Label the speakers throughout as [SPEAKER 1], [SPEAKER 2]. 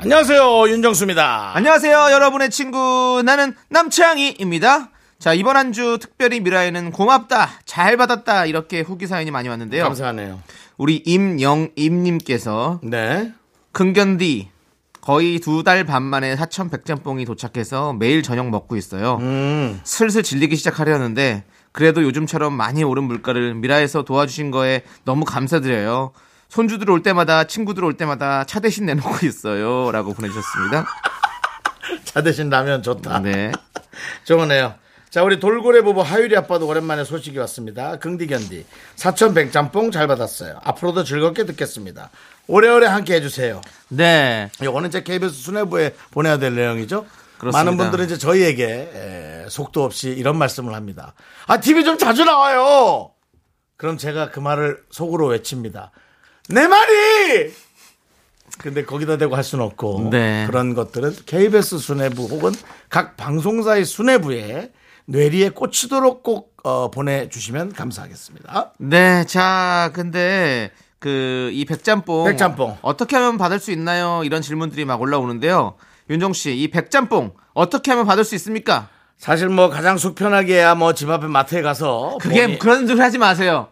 [SPEAKER 1] 안녕하세요 윤정수입니다
[SPEAKER 2] 안녕하세요, 여러분의 친구. 나는 남창희입니다. 자, 이번 한 주 특별히 미라에는 고맙다, 잘 받았다, 이렇게 후기 사연이 많이 왔는데요.
[SPEAKER 1] 감사하네요
[SPEAKER 2] 우리 임영임님께서
[SPEAKER 1] 네
[SPEAKER 2] 근견디 거의 두 달 반 만에 사천 백짬뽕이 도착해서 매일 저녁 먹고 있어요. 슬슬 질리기 시작하려는데 그래도 요즘처럼 많이 오른 물가를 미라에서 도와주신 거에 너무 감사드려요. 손주들 올 때마다 친구들 올 때마다 차 대신 내놓고 있어요라고 보내주셨습니다.
[SPEAKER 1] 차 대신 라면 좋다
[SPEAKER 2] 네.
[SPEAKER 1] 좋으네요. 자, 우리 돌고래 부부 하율이 아빠도 오랜만에 소식이 왔습니다. 긍디견디. 사천 백짬뽕 잘 받았어요. 앞으로도 즐겁게 듣겠습니다. 오래오래 함께 해주세요.
[SPEAKER 2] 네.
[SPEAKER 1] 요거는 이제 KBS 수뇌부에 보내야 될 내용이죠.
[SPEAKER 2] 그렇습니다.
[SPEAKER 1] 많은 분들은 이제 저희에게 에, 속도 없이 이런 말씀을 합니다. 아, TV 좀 자주 나와요! 그럼 제가 그 말을 속으로 외칩니다. 내 말이! 근데 거기다 대고 할 수는 없고
[SPEAKER 2] 네.
[SPEAKER 1] 그런 것들은 KBS 수뇌부 혹은 각 방송사의 수뇌부에 뇌리에 꽂히도록 꼭 어, 보내주시면 감사하겠습니다.
[SPEAKER 2] 네, 자, 근데 그 이 백짬뽕,
[SPEAKER 1] 백짬뽕.
[SPEAKER 2] 어떻게 하면 받을 수 있나요? 이런 질문들이 막 올라오는데요. 윤정 씨, 이 백짬뽕 어떻게 하면 받을 수 있습니까?
[SPEAKER 1] 사실 뭐 가장 속편하게야 뭐 집 앞에 마트에 가서
[SPEAKER 2] 그게
[SPEAKER 1] 몸이-
[SPEAKER 2] 그런 소리 하지 마세요.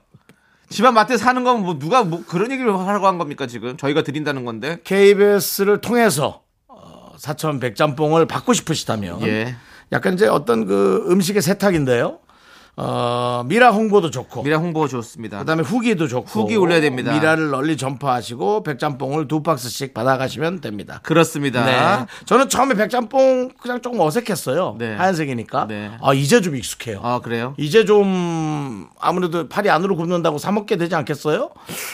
[SPEAKER 2] 집안 마트에 사는 건 뭐 누가 뭐 그런 얘기를 하라고 한 겁니까 지금? 저희가 드린다는 건데.
[SPEAKER 1] KBS를 통해서 어, 사천 백짬뽕을 받고 싶으시다면
[SPEAKER 2] 예.
[SPEAKER 1] 약간 이제 어떤 그 음식의 세탁인데요. 어, 미라 홍보도 좋고
[SPEAKER 2] 미라 홍보 좋습니다.
[SPEAKER 1] 그다음에 후기도 좋고
[SPEAKER 2] 후기 올려야 됩니다.
[SPEAKER 1] 미라를 널리 전파하시고 백짬뽕을 두 박스씩 받아가시면 됩니다.
[SPEAKER 2] 그렇습니다.
[SPEAKER 1] 네. 저는 처음에 백짬뽕 그냥 조금 어색했어요.
[SPEAKER 2] 네.
[SPEAKER 1] 하얀색이니까.
[SPEAKER 2] 네.
[SPEAKER 1] 아 이제 좀 익숙해요.
[SPEAKER 2] 아, 그래요?
[SPEAKER 1] 이제 좀 아무래도 팔이 안으로 굽는다고 사 먹게 되지 않겠어요?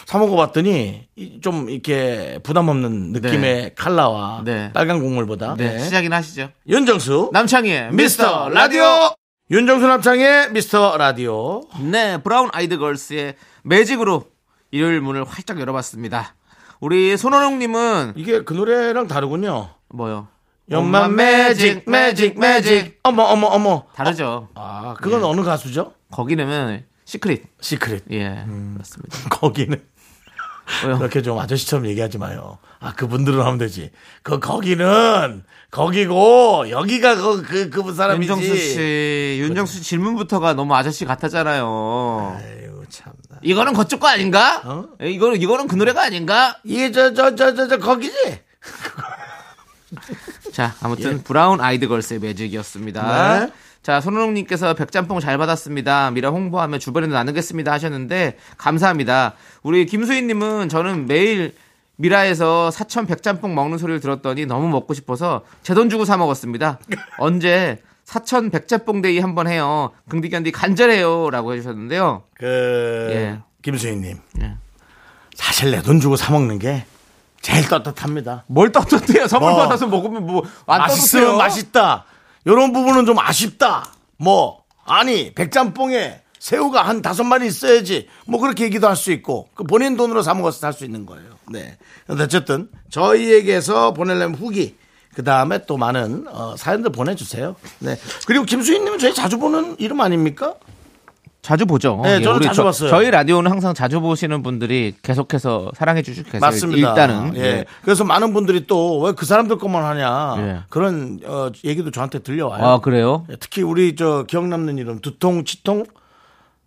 [SPEAKER 1] 사 먹어봤더니 이- 좀 이렇게 부담 없는 느낌의 칼라와
[SPEAKER 2] 네.
[SPEAKER 1] 빨간 국물보다
[SPEAKER 2] 네, 시작이나 하시죠.
[SPEAKER 1] 윤정수
[SPEAKER 2] 남창희의
[SPEAKER 1] 미스터 라디오 윤정수 남창의 미스터 라디오
[SPEAKER 2] 네, 브라운 아이드 걸스의 매직으로 일요일 문을 활짝 열어봤습니다. 우리 손원웅님은
[SPEAKER 1] 이게 그 노래랑 다르군요.
[SPEAKER 2] 뭐요?
[SPEAKER 1] 연마 매직 매직 매직 어머 어머 어머
[SPEAKER 2] 다르죠.
[SPEAKER 1] 아 그건 어느 가수죠?
[SPEAKER 2] 거기는 시크릿.
[SPEAKER 1] 시크릿
[SPEAKER 2] 예, 그렇습니다.
[SPEAKER 1] 거기는
[SPEAKER 2] 왜요?
[SPEAKER 1] 그렇게 좀 아저씨처럼 얘기하지 마요. 아, 그분들은 하면 되지. 그, 거기는, 거기고, 여기가 그, 그, 그 사람이지.
[SPEAKER 2] 윤정수 씨, 윤정수 씨 질문부터가 너무 아저씨 같았잖아요.
[SPEAKER 1] 아유, 참나.
[SPEAKER 2] 이거는 거쪽 거 아닌가?
[SPEAKER 1] 어?
[SPEAKER 2] 에, 이거는 이거는 그 노래가 아닌가?
[SPEAKER 1] 이게 저, 저, 저, 저, 저, 거기지?
[SPEAKER 2] 자, 아무튼 브라운 아이드 걸스의 매직이었습니다.
[SPEAKER 1] 네.
[SPEAKER 2] 자, 손흥님께서 백짬뽕 잘 받았습니다. 미라 홍보하며 주변에도 나누겠습니다 하셨는데 감사합니다. 우리 김수희님은 저는 매일 미라에서 사천 백짬뽕 먹는 소리를 들었더니 너무 먹고 싶어서 제 돈 주고 사 먹었습니다. 언제 사천 백짬뽕 데이 한번 해요. 긍디견디 간절해요라고 해주셨는데요.
[SPEAKER 1] 그,
[SPEAKER 2] 예.
[SPEAKER 1] 김수희님.
[SPEAKER 2] 예.
[SPEAKER 1] 사실 내 돈 주고 사먹는 게 제일 떳떳합니다.
[SPEAKER 2] 뭘 떳떳해요? 선물
[SPEAKER 1] 뭐.
[SPEAKER 2] 받아서 먹으면 뭐안
[SPEAKER 1] 맛있으면 맛있다. 요런 부분은 좀 아쉽다. 뭐, 아니, 백짬뽕에 새우가 한 다섯 마리 있어야지. 뭐 그렇게 얘기도 할 수 있고, 그 본인 돈으로 사먹어서 할 수 있는 거예요. 네. 근데 어쨌든, 저희에게서 보내려면 후기. 그 다음에 또 많은 어, 사연들 보내주세요. 네. 그리고 김수희님은 저희 자주 보는 이름 아닙니까?
[SPEAKER 2] 자주 보죠. 예,
[SPEAKER 1] 네, 저는
[SPEAKER 2] 우리
[SPEAKER 1] 자주 봤어요.
[SPEAKER 2] 저희 라디오는 항상 자주 보시는 분들이 계속해서 사랑해 주실 계세요.
[SPEAKER 1] 맞습니다.
[SPEAKER 2] 일단은
[SPEAKER 1] 예.
[SPEAKER 2] 예.
[SPEAKER 1] 그래서 많은 분들이 또 왜 그 사람들 것만 하냐
[SPEAKER 2] 예.
[SPEAKER 1] 그런 어, 얘기도 저한테 들려와요.
[SPEAKER 2] 아 그래요?
[SPEAKER 1] 예, 특히 우리 저 기억 남는 이름 두통, 치통,
[SPEAKER 2] 음,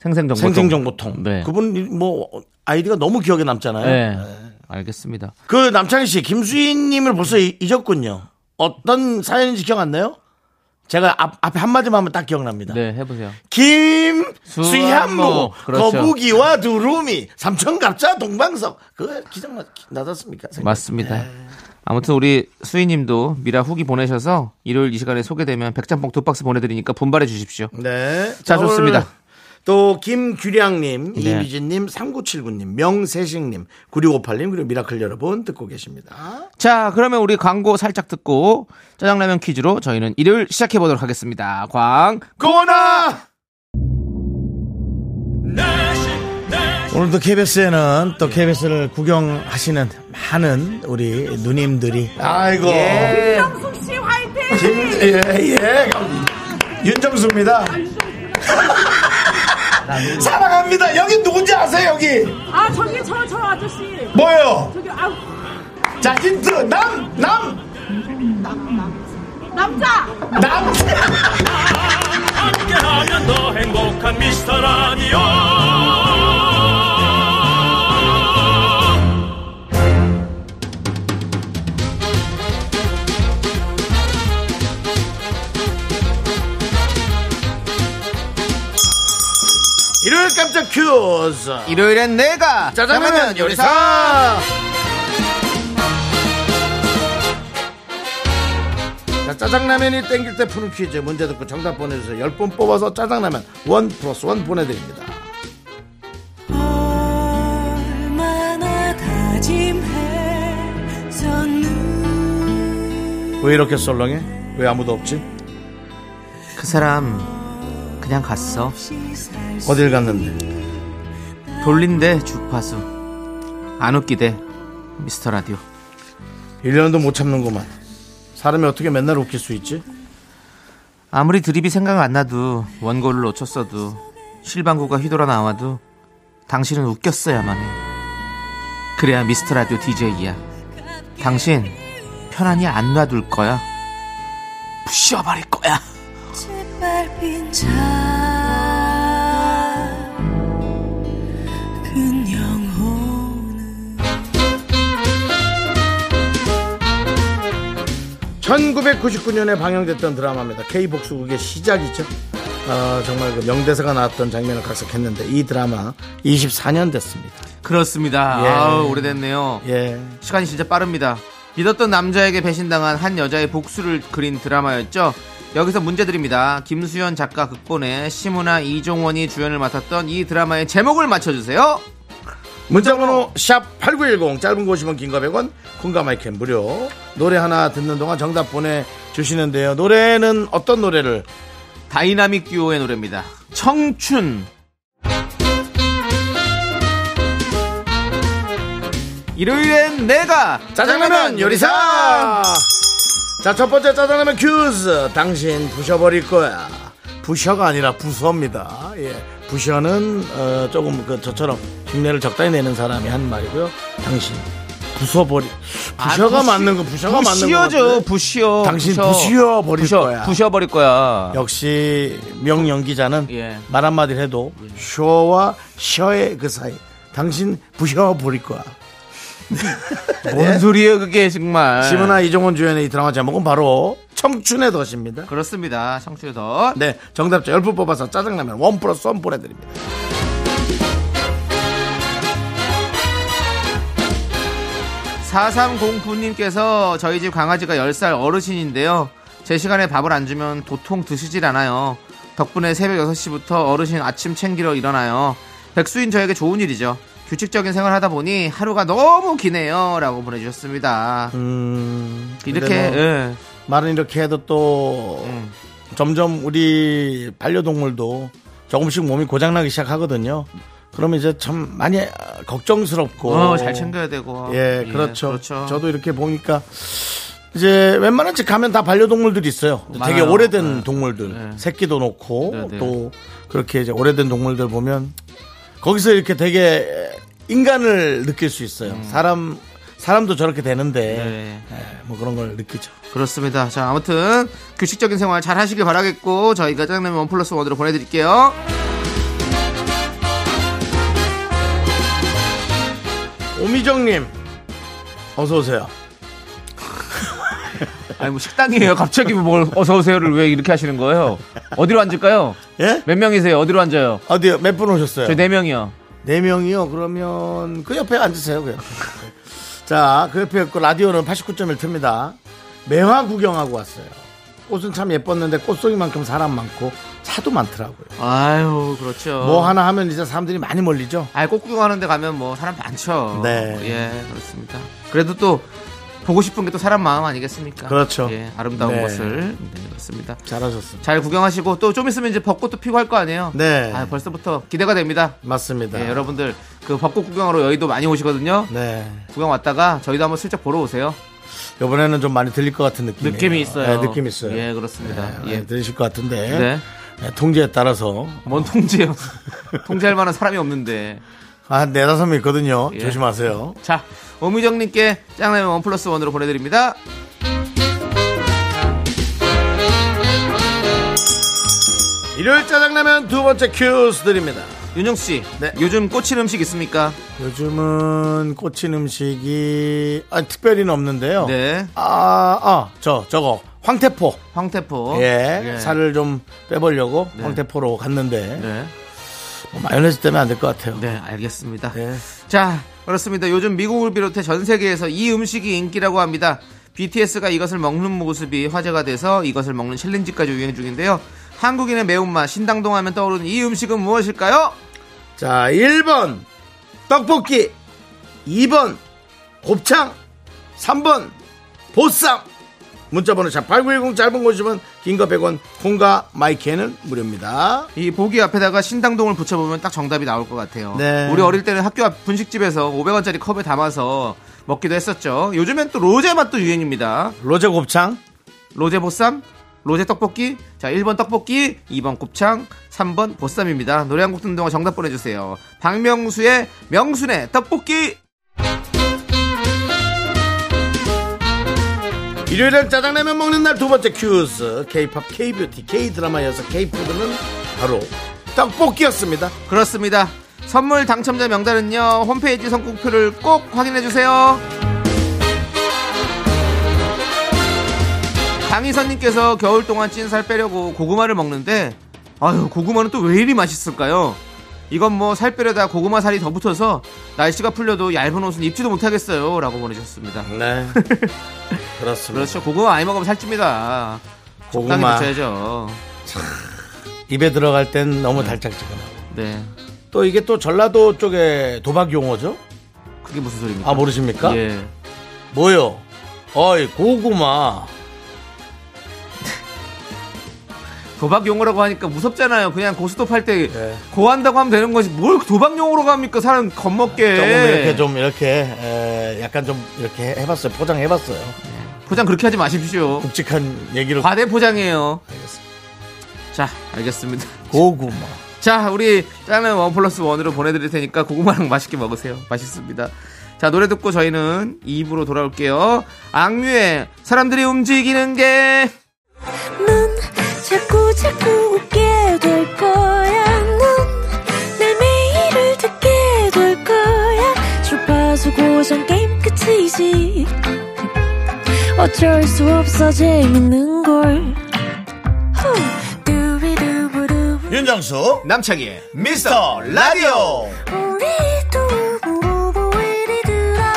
[SPEAKER 2] 생생정보
[SPEAKER 1] 생생정보통.
[SPEAKER 2] 네.
[SPEAKER 1] 그분 뭐 아이디가 너무 기억에 남잖아요.
[SPEAKER 2] 네. 알겠습니다.
[SPEAKER 1] 그 남창희 씨, 김수희님을 벌써 잊- 잊었군요. 어떤 사연인지 기억 안 나요? 제가 앞, 앞에 한마디만 하면 딱 기억납니다.
[SPEAKER 2] 네 해보세요.
[SPEAKER 1] 김수현무
[SPEAKER 2] 수현무. 그렇죠.
[SPEAKER 1] 거북이와 두루미 삼천갑자 동방석 그거 기장 나았습니까
[SPEAKER 2] 맞습니다.
[SPEAKER 1] 네.
[SPEAKER 2] 아무튼 우리 수희님도 미라 후기 보내셔서 일요일 이 시간에 소개되면 백짬뽕 두 박스 보내드리니까 분발해 주십시오.
[SPEAKER 1] 네.
[SPEAKER 2] 자, 좋습니다.
[SPEAKER 1] 오늘 또 김규량님,
[SPEAKER 2] 네.
[SPEAKER 1] 이미진님, 3979님, 명세식님, 9658님 그리고 미라클 여러분 듣고 계십니다.
[SPEAKER 2] 자, 그러면 우리 광고 살짝 듣고 짜장라면 퀴즈로 저희는 일요일 시작해 보도록 하겠습니다. 광.
[SPEAKER 1] 고나 오늘도 KBS에는 또 KBS를 구경하시는 많은 우리 누님들이 아이고 네.
[SPEAKER 2] 예.
[SPEAKER 1] 예, 예. 윤정수입니다. 사랑합니다. 여기 누군지 아세요, 여기?
[SPEAKER 3] 아 저기 저 저 아저씨
[SPEAKER 1] 뭐예요?
[SPEAKER 3] 저기 아
[SPEAKER 1] 자, 힌트. 남, 남,
[SPEAKER 3] 남자
[SPEAKER 1] 남.
[SPEAKER 4] 함께하면 더 행복한 미스터 라디오
[SPEAKER 1] 일요일 깜짝 퀴즈.
[SPEAKER 2] 일요일엔 내가
[SPEAKER 1] 짜장라면 요리사. 자, 짜장라면이 땡길 때 푸는 퀴즈 문제 듣고 정답 보내주세요. 10분 뽑아서 짜장라면 원 플러스 원 보내드립니다.
[SPEAKER 5] 얼마나 다짐했었는지
[SPEAKER 1] 왜 이렇게 썰렁해? 왜 아무도 없지?
[SPEAKER 2] 그 사람 그냥 갔어.
[SPEAKER 1] 어딜 갔는데?
[SPEAKER 2] 돌린대 주파수. 안 웃기대 미스터 라디오.
[SPEAKER 1] 1년도 못 참는구만. 사람이 어떻게 맨날 웃길 수 있지?
[SPEAKER 2] 아무리 드립이 생각 안 나도 원고를 놓쳤어도 실방구가 휘돌아 나와도 당신은 웃겼어야만 해. 그래야 미스터 라디오 DJ야. 당신 편안히 안 놔둘 거야. 부셔버릴 거야.
[SPEAKER 5] 빨빈 차 근영혼은
[SPEAKER 1] 1999년에 방영됐던 드라마입니다. K복수국의 시작이죠. 어, 정말 그 명대사가 나왔던 장면을 각색했는데 이 드라마 24년 됐습니다.
[SPEAKER 2] 그렇습니다.
[SPEAKER 1] 예.
[SPEAKER 2] 아우, 오래됐네요.
[SPEAKER 1] 예.
[SPEAKER 2] 시간이 진짜 빠릅니다. 믿었던 남자에게 배신당한 한 여자의 복수를 그린 드라마였죠. 여기서 문제 드립니다. 김수현 작가 극본에 심은아 이종원이 주연을 맡았던 이 드라마의 제목을 맞춰주세요.
[SPEAKER 1] 문자번호 샵8910 짧은 거 50원 긴거 100원 콩가마이캔 무료 노래 하나 듣는 동안 정답 보내주시는데요. 노래는 어떤 노래를
[SPEAKER 2] 다이나믹 듀오의 노래입니다. 청춘. 일요일엔 내가
[SPEAKER 1] 짜장라면 요리사 자 첫 번째 짜장라면 큐즈 당신 부셔버릴 거야 부셔가 아니라 부서입니다 예 부셔는 어, 조금 그 저처럼 흉내를 적당히 내는 사람이 한 말이고요 당신 부숴버리 아, 부셔가 맞는 거 부셔가 맞는 거
[SPEAKER 2] 부시어죠
[SPEAKER 1] 같은데?
[SPEAKER 2] 부시어
[SPEAKER 1] 당신 부셔버릴 거야
[SPEAKER 2] 부셔버릴 거야
[SPEAKER 1] 역시 명 연기자는
[SPEAKER 2] 아. 예.
[SPEAKER 1] 말 한마디 해도 쇼와 셔의 그 사이 당신 부셔버릴 거야
[SPEAKER 2] 뭔 소리예요 그게 정말
[SPEAKER 1] 지문아 이종원 주연의 이 드라마 제목은 바로 청춘의 덫입니다.
[SPEAKER 2] 그렇습니다 청춘의 덫
[SPEAKER 1] 네, 정답자 10분 뽑아서 짜장라면 원 플러스 원 보내드립니다.
[SPEAKER 2] 사 4309님께서 저희 집 강아지가 10살 어르신인데요. 제 시간에 밥을 안 주면 도통 드시질 않아요. 덕분에 새벽 6시부터 어르신 아침 챙기러 일어나요. 백수인 저에게 좋은 일이죠. 규칙적인 생활 하다 보니 하루가 너무 기네요. 라고 보내주셨습니다.
[SPEAKER 1] 음,
[SPEAKER 2] 이렇게,
[SPEAKER 1] 근데 뭐
[SPEAKER 2] 예.
[SPEAKER 1] 말은 이렇게 해도 또
[SPEAKER 2] 음.
[SPEAKER 1] 점점 우리 반려동물도 조금씩 몸이 고장나기 시작하거든요. 그러면 이제 참 많이 아, 걱정스럽고.
[SPEAKER 2] 어, 잘 챙겨야 되고.
[SPEAKER 1] 예, 그렇죠. 저도 이렇게 보니까 이제 웬만한 집 가면 다 반려동물들이 있어요. 되게
[SPEAKER 2] 많아요.
[SPEAKER 1] 오래된
[SPEAKER 2] 네.
[SPEAKER 1] 동물들
[SPEAKER 2] 네.
[SPEAKER 1] 새끼도 놓고
[SPEAKER 2] 네, 네.
[SPEAKER 1] 또 그렇게 이제 오래된 동물들 보면 거기서 이렇게 되게 인간을 느낄 수 있어요.
[SPEAKER 2] 음.
[SPEAKER 1] 사람 사람도 저렇게
[SPEAKER 2] 네.
[SPEAKER 1] 되는데 예, 뭐 그런 걸 느끼죠.
[SPEAKER 2] 그렇습니다. 자, 아무튼 규칙적인 생활 잘 하시길 바라겠고 저희가 짜장라면 원 플러스 원으로 보내드릴게요.
[SPEAKER 1] 오미정님 어서 오세요.
[SPEAKER 6] 아니 뭐 식당이에요. 갑자기 뭘 어서 오세요를 왜 이렇게 하시는 거예요? 어디로 앉을까요?
[SPEAKER 1] 예?
[SPEAKER 6] 몇 명이세요? 어디로 앉아요?
[SPEAKER 1] 어디요? 몇 분 오셨어요?
[SPEAKER 6] 네. 저희 네 명이요.
[SPEAKER 1] 네 명이요. 그러면 그 옆에 앉으세요. 그 옆에. 자, 그 옆에 있고 라디오는 89.1 틉니다. 매화 구경하고 왔어요. 꽃은 참 예뻤는데 꽃송이만큼 사람 많고 참 하도 많더라고요.
[SPEAKER 2] 아유, 그렇죠.
[SPEAKER 1] 뭐 하나 하면 이제 사람들이 많이 몰리죠.
[SPEAKER 2] 아니, 꼭두경 하는데 가면 뭐 사람 많죠.
[SPEAKER 1] 네.
[SPEAKER 2] 예, 그렇습니다. 그래도 또 보고 싶은 게 또 사람 마음 아니겠습니까?
[SPEAKER 1] 그렇죠.
[SPEAKER 2] 예, 아름다운
[SPEAKER 1] 네.
[SPEAKER 2] 것을. 네, 그렇습니다.
[SPEAKER 1] 잘하셨습니다.
[SPEAKER 2] 잘 구경하시고 또 좀 있으면 이제 벚꽃도 피고 할 거 아니에요?
[SPEAKER 1] 네.
[SPEAKER 2] 아, 벌써부터 기대가 됩니다.
[SPEAKER 1] 맞습니다.
[SPEAKER 2] 예, 여러분들 그 벚꽃 구경하러 여의도 많이 오시거든요.
[SPEAKER 1] 네.
[SPEAKER 2] 구경 왔다가 저희도 한번 슬쩍 보러 오세요.
[SPEAKER 1] 이번에는 좀 많이 들릴 것 같은 느낌이
[SPEAKER 2] 느낌이 있어요.
[SPEAKER 1] 네, 느낌 있어요.
[SPEAKER 2] 예, 그렇습니다.
[SPEAKER 1] 네,
[SPEAKER 2] 예.
[SPEAKER 1] 많이 들리실 것 같은데
[SPEAKER 2] 네.
[SPEAKER 1] 네, 통제에 따라서
[SPEAKER 2] 뭔 통제요? 통제할 만한 사람이 없는데.
[SPEAKER 1] 아, 한 네다섯 명 있거든요.
[SPEAKER 2] 예.
[SPEAKER 1] 조심하세요.
[SPEAKER 2] 자, 오미정님께 짱라면 원 플러스 원으로 보내드립니다.
[SPEAKER 1] 일요일 짜장라면 두 번째 큐스 드립니다.
[SPEAKER 2] 윤영씨,
[SPEAKER 1] 네.
[SPEAKER 2] 요즘 꽂힌 음식 있습니까?
[SPEAKER 1] 요즘은 꽂힌 음식이 아, 특별히는 없는데요.
[SPEAKER 2] 네.
[SPEAKER 1] 아, 아, 저 저거 황태포.
[SPEAKER 2] 황태포.
[SPEAKER 1] 예,
[SPEAKER 2] 예.
[SPEAKER 1] 살을 좀 빼보려고
[SPEAKER 2] 네.
[SPEAKER 1] 황태포로 갔는데
[SPEAKER 2] 네.
[SPEAKER 1] 뭐 마요네즈 때문에 안 될 것 같아요.
[SPEAKER 2] 네, 알겠습니다.
[SPEAKER 1] 예.
[SPEAKER 2] 자, 그렇습니다. 요즘 미국을 비롯해 전 세계에서 이 음식이 인기라고 합니다. BTS가 이것을 먹는 모습이 화제가 돼서 이것을 먹는 챌린지까지 유행 중인데요. 한국인의 매운맛 신당동 하면 떠오르는 이 음식은 무엇일까요?
[SPEAKER 1] 자, 1번 떡볶이, 2번 곱창, 3번 보쌈. 문자번호 샵 8910 짧은 곳이면 긴거 100원, 콩과 마이크는 무료입니다.
[SPEAKER 2] 이 보기 앞에다가 신당동을 붙여보면 딱 정답이 나올 것 같아요.
[SPEAKER 1] 네.
[SPEAKER 2] 우리 어릴 때는 학교 앞 분식집에서 500원짜리 컵에 담아서 먹기도 했었죠. 요즘엔 또 로제 맛도 유행입니다.
[SPEAKER 1] 로제 곱창,
[SPEAKER 2] 로제 보쌈, 로제 떡볶이. 자, 1번 떡볶이, 2번 곱창, 3번 보쌈입니다. 노래 한 곡 듣는 동안 정답 보내주세요. 박명수의 명순의 떡볶이.
[SPEAKER 1] 일요일엔 짜장라면 먹는 날 두 번째 큐스. K-팝, K-뷰티, K-드라마 이어서 K-푸드는 바로 떡볶이였습니다.
[SPEAKER 2] 그렇습니다. 선물 당첨자 명단은요, 홈페이지 선곡표를 꼭 확인해주세요. 강희선님께서 겨울 동안 찐 살 빼려고 고구마를 먹는데, 아유, 고구마는 또 왜 이리 맛있을까요? 이건 뭐 살 빼려다 고구마 살이 더 붙어서 날씨가 풀려도 얇은 옷은 입지도 못하겠어요. 라고 보내주셨습니다.
[SPEAKER 1] 네. 그렇습니다.
[SPEAKER 2] 그렇죠. 고구마 많이 먹으면 살찝니다. 적당히
[SPEAKER 1] 고구마.
[SPEAKER 2] 붙여야죠.
[SPEAKER 1] 입에 들어갈 땐 너무 달짝지근하고.
[SPEAKER 2] 네.
[SPEAKER 1] 또 이게 또 전라도 쪽에 도박 용어죠?
[SPEAKER 2] 그게 무슨 소리입니까?
[SPEAKER 1] 아, 모르십니까?
[SPEAKER 2] 예.
[SPEAKER 1] 뭐요? 어이 고구마
[SPEAKER 2] 도박 용어라고 하니까 무섭잖아요. 그냥 고스톱 할 때
[SPEAKER 1] 네.
[SPEAKER 2] 고한다고 하면 되는 거지. 뭘 도박 용어로 합니까? 사람 겁먹게.
[SPEAKER 1] 조금 아, 이렇게 좀 이렇게 에, 약간 좀 이렇게 해봤어요 포장해봤어요
[SPEAKER 2] 포장 그렇게 하지 마십시오.
[SPEAKER 1] 굵직한 얘기로
[SPEAKER 2] 과대 포장이에요.
[SPEAKER 1] 알겠습니다.
[SPEAKER 2] 자, 알겠습니다.
[SPEAKER 1] 고구마
[SPEAKER 2] 자, 우리 짜는 원 플러스 원으로 보내드릴 테니까 고구마랑 맛있게 먹으세요. 맛있습니다. 자, 노래 듣고 저희는 2부로 돌아올게요. 악뮤의 사람들이 움직이는 게
[SPEAKER 5] 넌 자꾸 자꾸 웃게 될 거야. 넌내 매일을 듣게 될 거야. 주파수 고정 게임 끝이지. 어쩔 수 없어 재밌는 걸. 후. 두비두부두.
[SPEAKER 1] 윤정수
[SPEAKER 2] 남창희의
[SPEAKER 1] 미스터 라디오
[SPEAKER 5] 우리 두부부부 우리들아.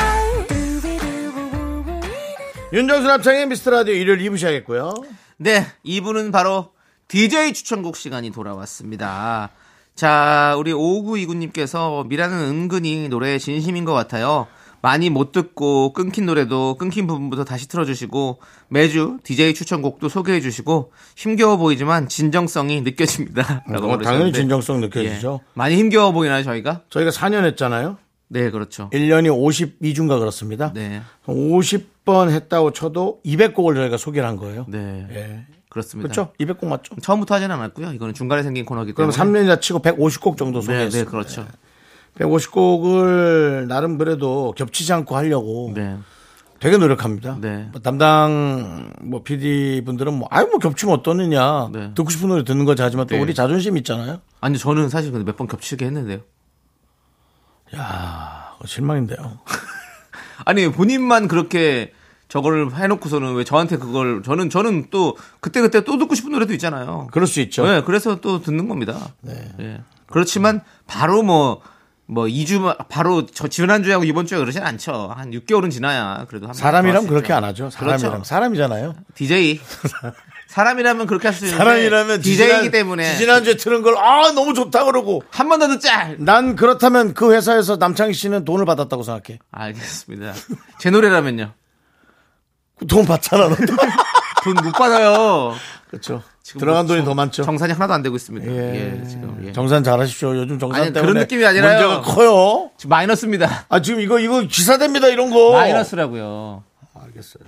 [SPEAKER 5] 두비두부부부 우리들아.
[SPEAKER 1] 윤정수 남창의 미스터 라디오 일요일 2부 시작했고요
[SPEAKER 2] 네, 이분은 바로 DJ 추천곡 시간이 돌아왔습니다. 자, 우리 5929님께서 미라는 은근히 노래에 진심인 것 같아요. 많이 못 듣고 끊긴 노래도 끊긴 부분부터 다시 틀어주시고 매주 DJ 추천곡도 소개해주시고 힘겨워 보이지만 진정성이 느껴집니다. 라고
[SPEAKER 1] 뭐 당연히
[SPEAKER 2] 그러셨는데.
[SPEAKER 1] 진정성 느껴지죠
[SPEAKER 2] 예. 많이 힘겨워 보이나요 저희가?
[SPEAKER 1] 저희가 4년 했잖아요
[SPEAKER 2] 네, 그렇죠.
[SPEAKER 1] 1년이 52주인가 그렇습니다
[SPEAKER 2] 네,
[SPEAKER 1] 50번 했다고 쳐도 200곡을 저희가 소개를 한 거예요
[SPEAKER 2] 네,
[SPEAKER 1] 예.
[SPEAKER 2] 그렇습니다.
[SPEAKER 1] 그렇죠 200곡 맞죠
[SPEAKER 2] 처음부터 하진 않았고요. 이거는 중간에 생긴 코너기
[SPEAKER 1] 그럼
[SPEAKER 2] 때문에.
[SPEAKER 1] 3년이나 치고 150곡 정도
[SPEAKER 2] 네,
[SPEAKER 1] 소개했어요
[SPEAKER 2] 네, 그렇죠.
[SPEAKER 1] 150곡을 나름 그래도 겹치지 않고 하려고
[SPEAKER 2] 네.
[SPEAKER 1] 되게 노력합니다.
[SPEAKER 2] 네.
[SPEAKER 1] 뭐 담당 뭐 PD 분들은 뭐 아유 뭐 겹치면 어떠느냐
[SPEAKER 2] 네.
[SPEAKER 1] 듣고 싶은 노래 듣는 거지 하지만 또
[SPEAKER 2] 네.
[SPEAKER 1] 우리 자존심 있잖아요.
[SPEAKER 2] 아니 저는 사실 근데 몇 번 겹치게 했는데요. 아.
[SPEAKER 1] 야 그거 실망인데요.
[SPEAKER 2] 아니 본인만 그렇게 저거를 해놓고서는 왜 저한테 그걸 저는 저는 또 그때 그때 또 듣고 싶은 노래도 있잖아요.
[SPEAKER 1] 그럴 수 있죠. 네.
[SPEAKER 2] 네, 그래서 또 듣는 겁니다. 예. 그렇지만 바로 뭐. 뭐 2주 바로 저 지난주하고 이번 주에 그러진 않죠. 한 6개월은 지나야 그래도 한
[SPEAKER 1] 사람이랑 그렇게 안 하죠. 사람이랑
[SPEAKER 2] 그렇죠.
[SPEAKER 1] 사람이잖아요.
[SPEAKER 2] DJ 사람이라면 그렇게 할 수 있는데
[SPEAKER 1] 사람이라면
[SPEAKER 2] DJ이기
[SPEAKER 1] 지지난-
[SPEAKER 2] 네. 때문에
[SPEAKER 1] 지난주에 틀은 걸 아 너무 좋다 그러고
[SPEAKER 2] 한 번 더 듣자.
[SPEAKER 1] 난 그렇다면 그 회사에서 남창희 씨는 돈을 받았다고 생각해.
[SPEAKER 2] 알겠습니다. 제 노래라면요.
[SPEAKER 1] 돈 받잖아. 너도.
[SPEAKER 2] 돈 못 받아요.
[SPEAKER 1] 그렇죠.
[SPEAKER 2] 지금
[SPEAKER 1] 들어간
[SPEAKER 2] 뭐
[SPEAKER 1] 돈이 더 많죠.
[SPEAKER 2] 정산이 하나도 안 되고 있습니다.
[SPEAKER 1] 예.
[SPEAKER 2] 예, 지금 예.
[SPEAKER 1] 정산 잘하십시오. 요즘 정산
[SPEAKER 2] 아니, 그런
[SPEAKER 1] 때문에
[SPEAKER 2] 느낌이 아니라요.
[SPEAKER 1] 문제가 커요.
[SPEAKER 2] 지금 마이너스입니다.
[SPEAKER 1] 아 지금 이거 이거 기사됩니다 이런 거.
[SPEAKER 2] 마이너스라고요.
[SPEAKER 1] 알겠어요.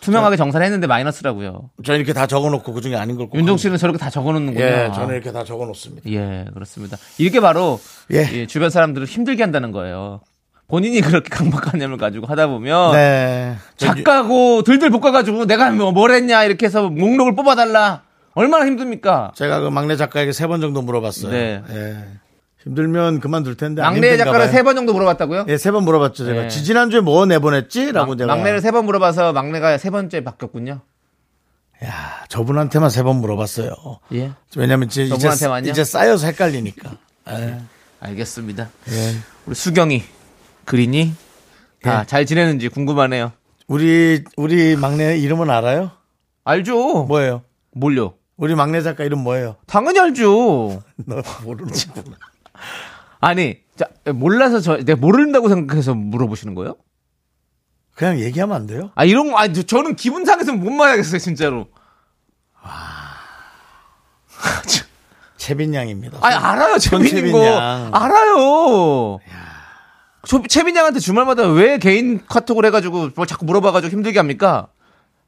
[SPEAKER 2] 투명하게 정산했는데 마이너스라고요.
[SPEAKER 1] 저는 이렇게 다 적어놓고 그 중에 아닌 걸꼭
[SPEAKER 2] 윤종 씨는 저렇게 다 적어놓는군요.
[SPEAKER 1] 예, 저는 이렇게 다 적어놓습니다.
[SPEAKER 2] 예, 그렇습니다. 이게 바로
[SPEAKER 1] 예.
[SPEAKER 2] 예, 주변 사람들을 힘들게 한다는 거예요. 본인이 그렇게 강박관념을 가지고 하다 보면
[SPEAKER 1] 네.
[SPEAKER 2] 작가고 들들 볶아가지고 내가 뭐- 뭘 했냐 이렇게 해서 목록을 뽑아달라. 얼마나 힘듭니까?
[SPEAKER 1] 제가 그 막내 작가에게 세 번 정도 물어봤어요.
[SPEAKER 2] 네.
[SPEAKER 1] 예. 힘들면 그만둘 텐데. 네, 안
[SPEAKER 2] 막내
[SPEAKER 1] 힘든가
[SPEAKER 2] 작가를
[SPEAKER 1] 봐요.
[SPEAKER 2] 세 번 정도 물어봤다고요?
[SPEAKER 1] 예, 세 번 물어봤죠. 제가
[SPEAKER 2] 예.
[SPEAKER 1] 지지난주에 뭐 내보냈지?라고 제가
[SPEAKER 2] 막내를 세 번 물어봐서 막내가 세 번째 바뀌었군요.
[SPEAKER 1] 야, 저분한테만 세 번 물어봤어요.
[SPEAKER 2] 예.
[SPEAKER 1] 왜냐면 이제 이제,
[SPEAKER 2] 저분한테만요?
[SPEAKER 1] 이제 쌓여서 헷갈리니까. 예.
[SPEAKER 2] 알겠습니다.
[SPEAKER 1] 예.
[SPEAKER 2] 우리 수경이, 그린이 다
[SPEAKER 1] 예.
[SPEAKER 2] 잘 지내는지 궁금하네요.
[SPEAKER 1] 우리 우리 막내 이름은 알아요?
[SPEAKER 2] 알죠?
[SPEAKER 1] 뭐예요?
[SPEAKER 2] 뭘요?
[SPEAKER 1] 우리 막내 작가 이름 뭐예요?
[SPEAKER 2] 당연히 알죠.
[SPEAKER 1] 너 모르는구나.
[SPEAKER 2] 아니, 자, 몰라서 저, 내가 모른다고 생각해서 물어보시는 거예요?
[SPEAKER 1] 그냥 얘기하면 안 돼요?
[SPEAKER 2] 아, 이런 거, 아니, 저- 저는 기분 상해서 못 말하겠어요, 진짜로.
[SPEAKER 1] 채빈 양입니다.
[SPEAKER 2] 아니, 알아요,
[SPEAKER 1] 손채빈
[SPEAKER 2] 재빈인 거.
[SPEAKER 1] 양.
[SPEAKER 2] 알아요. 저, 채빈 양한테 주말마다 왜 개인 카톡을 해가지고 뭐 자꾸 물어봐가지고 힘들게 합니까?